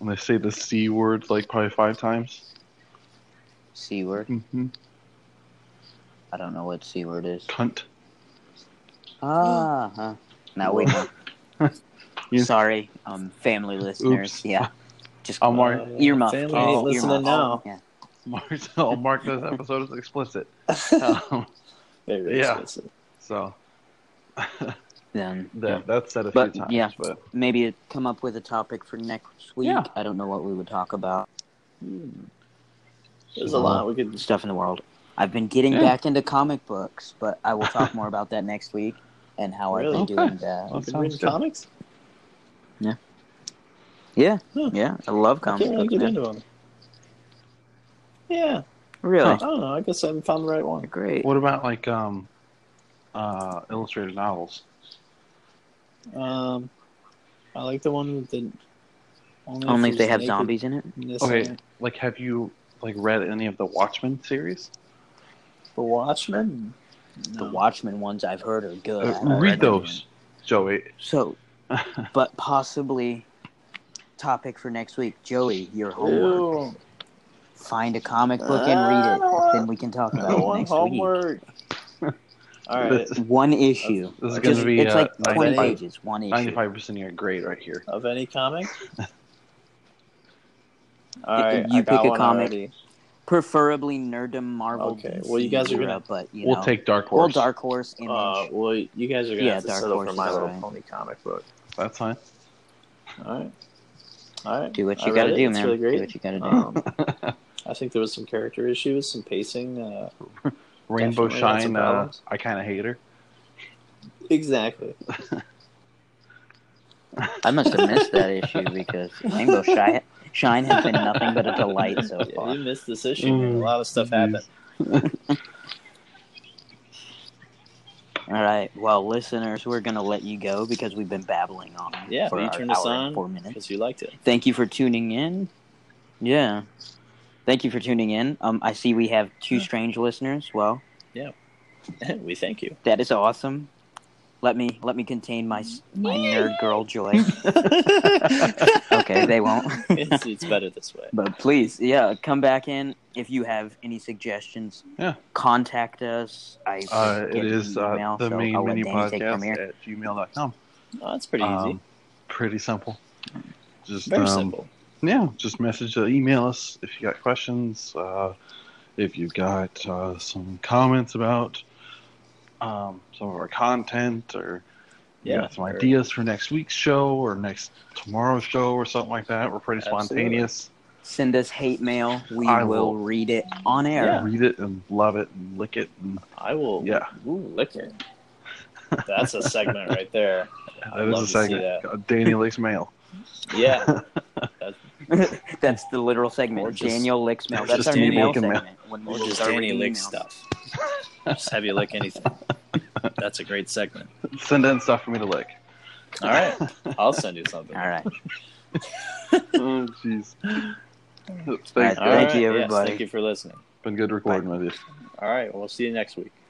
[SPEAKER 2] and they say the C word like probably five times.
[SPEAKER 4] C word.
[SPEAKER 2] Mm-hmm.
[SPEAKER 4] I don't know what C word is.
[SPEAKER 2] Cunt. <laughs>
[SPEAKER 4] Ah, huh. Now we
[SPEAKER 1] <laughs>
[SPEAKER 4] know.
[SPEAKER 2] You-
[SPEAKER 4] Sorry, um, family listeners.
[SPEAKER 2] Oops.
[SPEAKER 4] Yeah. Just
[SPEAKER 2] I'll mark, Oh,
[SPEAKER 1] Uh,
[SPEAKER 4] earmuff. kids,
[SPEAKER 1] Family ain't listening
[SPEAKER 4] earmuff.
[SPEAKER 1] now.
[SPEAKER 4] Yeah.
[SPEAKER 2] mark, I'll mark this episode as explicit. <laughs> Um,
[SPEAKER 1] Very
[SPEAKER 2] Yeah.
[SPEAKER 1] explicit.
[SPEAKER 2] so
[SPEAKER 4] Then
[SPEAKER 2] that, that's said a
[SPEAKER 4] But,
[SPEAKER 2] few times.
[SPEAKER 4] yeah.
[SPEAKER 2] But
[SPEAKER 4] maybe come up with a topic for next week.
[SPEAKER 2] Yeah.
[SPEAKER 4] I don't know what we would talk about.
[SPEAKER 1] Hmm. There's a lot we could.
[SPEAKER 4] Stuff in the world. I've been getting
[SPEAKER 2] Yeah.
[SPEAKER 4] back into comic books, but I will talk more about that next week and how
[SPEAKER 1] Really?
[SPEAKER 4] I've been
[SPEAKER 2] Okay.
[SPEAKER 4] doing that.
[SPEAKER 2] Well,
[SPEAKER 1] we could
[SPEAKER 2] sounds
[SPEAKER 1] read
[SPEAKER 2] good.
[SPEAKER 1] comics.
[SPEAKER 4] Yeah,
[SPEAKER 1] Huh.
[SPEAKER 4] yeah. I love
[SPEAKER 1] I
[SPEAKER 4] comic
[SPEAKER 1] can't really
[SPEAKER 4] books.
[SPEAKER 1] get
[SPEAKER 4] man.
[SPEAKER 1] into them. Yeah,
[SPEAKER 4] Really?
[SPEAKER 1] I don't know. I guess I haven't found the right one.
[SPEAKER 4] Great.
[SPEAKER 2] What about like um, uh, illustrated novels?
[SPEAKER 1] Um, I like the one with the only,
[SPEAKER 4] Only if
[SPEAKER 1] there's
[SPEAKER 4] they have
[SPEAKER 1] naked-
[SPEAKER 4] zombies in it.
[SPEAKER 1] Yes,
[SPEAKER 2] Okay,
[SPEAKER 1] uh,
[SPEAKER 2] like have you like read any of the Watchmen series?
[SPEAKER 1] The Watchmen.
[SPEAKER 4] The
[SPEAKER 1] No.
[SPEAKER 4] Watchmen ones I've heard are good.
[SPEAKER 2] Uh,
[SPEAKER 4] I haven't
[SPEAKER 2] read
[SPEAKER 4] read them
[SPEAKER 2] those, Joey.
[SPEAKER 4] yet.
[SPEAKER 2] <laughs>
[SPEAKER 4] So, but possibly topic for next week. Joey, your homework.
[SPEAKER 1] Ew,
[SPEAKER 4] Find a comic book and read it.
[SPEAKER 1] Ah,
[SPEAKER 4] Then we can talk
[SPEAKER 1] I
[SPEAKER 4] about
[SPEAKER 1] don't
[SPEAKER 4] it
[SPEAKER 1] want
[SPEAKER 4] next
[SPEAKER 1] homework. <laughs> All right,
[SPEAKER 2] This-
[SPEAKER 4] week. One issue.
[SPEAKER 2] This is
[SPEAKER 1] Just-
[SPEAKER 2] going to be
[SPEAKER 4] it's
[SPEAKER 2] uh,
[SPEAKER 4] like 20
[SPEAKER 1] 95
[SPEAKER 4] pages. One issue.
[SPEAKER 2] 95 percent of your grade right here.
[SPEAKER 1] of
[SPEAKER 4] <laughs>
[SPEAKER 1] any comic. All right,
[SPEAKER 4] You
[SPEAKER 1] I got
[SPEAKER 4] pick a
[SPEAKER 1] one
[SPEAKER 4] comic.
[SPEAKER 1] already.
[SPEAKER 4] Preferably Nerdum Marvel.
[SPEAKER 1] Okay,
[SPEAKER 4] DC
[SPEAKER 1] well, you guys are
[SPEAKER 4] era,
[SPEAKER 1] gonna-
[SPEAKER 4] But, you
[SPEAKER 2] we'll
[SPEAKER 4] know,
[SPEAKER 2] take Dark
[SPEAKER 4] Well,
[SPEAKER 2] Horse.
[SPEAKER 4] Dark Horse. Image.
[SPEAKER 1] Uh, well, you guys are gonna
[SPEAKER 4] Yeah,
[SPEAKER 1] have to
[SPEAKER 4] Dark
[SPEAKER 1] settle
[SPEAKER 4] Horse
[SPEAKER 1] for My
[SPEAKER 4] is
[SPEAKER 1] Little
[SPEAKER 4] alright.
[SPEAKER 1] Pony comic book.
[SPEAKER 2] That's fine.
[SPEAKER 1] All right, all right.
[SPEAKER 4] do what
[SPEAKER 1] I
[SPEAKER 4] you
[SPEAKER 1] read
[SPEAKER 4] gotta
[SPEAKER 1] it.
[SPEAKER 4] do,
[SPEAKER 1] It's
[SPEAKER 4] man.
[SPEAKER 1] really great.
[SPEAKER 4] Do what you gotta do.
[SPEAKER 1] Um, I think there was some character issues, some pacing. Uh, <laughs>
[SPEAKER 2] Rainbow
[SPEAKER 1] Definitely lots of
[SPEAKER 2] Shine. Uh,
[SPEAKER 1] problems.
[SPEAKER 2] I kind of hate her.
[SPEAKER 1] exactly.
[SPEAKER 4] I must have missed that issue because Rainbow Shine, Shine has been nothing but a
[SPEAKER 1] <laughs>
[SPEAKER 4] delight so
[SPEAKER 1] Yeah,
[SPEAKER 4] far.
[SPEAKER 1] you missed this issue. man. A lot of stuff
[SPEAKER 2] Mm,
[SPEAKER 1] happened.
[SPEAKER 4] All right. Well, listeners, we're going to let you go because we've been babbling on
[SPEAKER 1] Yeah,
[SPEAKER 4] for
[SPEAKER 1] but you
[SPEAKER 4] our
[SPEAKER 1] turned us
[SPEAKER 4] hour and
[SPEAKER 1] on.
[SPEAKER 4] four minutes.
[SPEAKER 1] Because you liked it.
[SPEAKER 4] Thank you for tuning in. Yeah. Thank you for tuning in. Um, I see we have two strange listeners. Well,
[SPEAKER 1] <laughs> we thank you.
[SPEAKER 4] that is awesome. Let me let me contain my s- my nerd girl
[SPEAKER 1] <laughs>
[SPEAKER 4] joy. okay, they won't.
[SPEAKER 1] it's, it's better this way.
[SPEAKER 4] But please, yeah, come back in if you have any suggestions.
[SPEAKER 2] Yeah.
[SPEAKER 4] Contact us. I
[SPEAKER 2] Uh, it
[SPEAKER 4] get
[SPEAKER 2] is
[SPEAKER 4] an
[SPEAKER 2] uh,
[SPEAKER 4] email,
[SPEAKER 2] the
[SPEAKER 4] so
[SPEAKER 2] main
[SPEAKER 4] I'll let
[SPEAKER 2] mini
[SPEAKER 4] Danny take from
[SPEAKER 2] podcast
[SPEAKER 4] here.
[SPEAKER 2] at gmail.com.
[SPEAKER 1] Oh, that's pretty easy.
[SPEAKER 2] Um, pretty simple. Just
[SPEAKER 1] Very
[SPEAKER 2] um,
[SPEAKER 1] simple.
[SPEAKER 2] yeah, just message, uh, email us if you got questions, uh, if you've got uh, some comments about um, some of our content, or you
[SPEAKER 1] Yeah,
[SPEAKER 2] got some
[SPEAKER 1] or-
[SPEAKER 2] ideas for next week's show or next tomorrow's show or something like that. We're pretty
[SPEAKER 1] Absolutely.
[SPEAKER 2] spontaneous.
[SPEAKER 4] Send us hate mail. We
[SPEAKER 2] I will.
[SPEAKER 4] will read it on air.
[SPEAKER 1] Yeah.
[SPEAKER 2] Read it and love it and lick it. And
[SPEAKER 1] I will.
[SPEAKER 2] yeah,
[SPEAKER 1] Ooh,
[SPEAKER 2] <laughs>
[SPEAKER 1] lick it. That's a segment right there. I'd
[SPEAKER 2] that
[SPEAKER 1] love to
[SPEAKER 2] is
[SPEAKER 1] see
[SPEAKER 2] a segment. Danny licks mail. <laughs>
[SPEAKER 1] Yeah,
[SPEAKER 4] That's the literal segment.
[SPEAKER 1] Or just-
[SPEAKER 4] Daniel licks mail.
[SPEAKER 1] or
[SPEAKER 4] That's
[SPEAKER 1] just
[SPEAKER 4] our new
[SPEAKER 1] Danny
[SPEAKER 4] mail
[SPEAKER 2] licking mail.
[SPEAKER 4] segment. When
[SPEAKER 1] or
[SPEAKER 4] we
[SPEAKER 1] just
[SPEAKER 4] start
[SPEAKER 1] Danny
[SPEAKER 4] reading
[SPEAKER 1] lick
[SPEAKER 4] emails.
[SPEAKER 1] stuff. Just have you
[SPEAKER 2] <laughs>
[SPEAKER 1] lick anything. That's a great segment.
[SPEAKER 2] Send in stuff for me to
[SPEAKER 1] <laughs>
[SPEAKER 2] lick.
[SPEAKER 1] All right, I'll send you something.
[SPEAKER 4] All <laughs> right.
[SPEAKER 2] oh, jeez. Thanks,
[SPEAKER 4] All
[SPEAKER 2] guys.
[SPEAKER 4] right, thank you,
[SPEAKER 1] yes,
[SPEAKER 4] everybody.
[SPEAKER 1] thank you for listening.
[SPEAKER 2] Been good recording with you.
[SPEAKER 1] All right, we'll see you next week.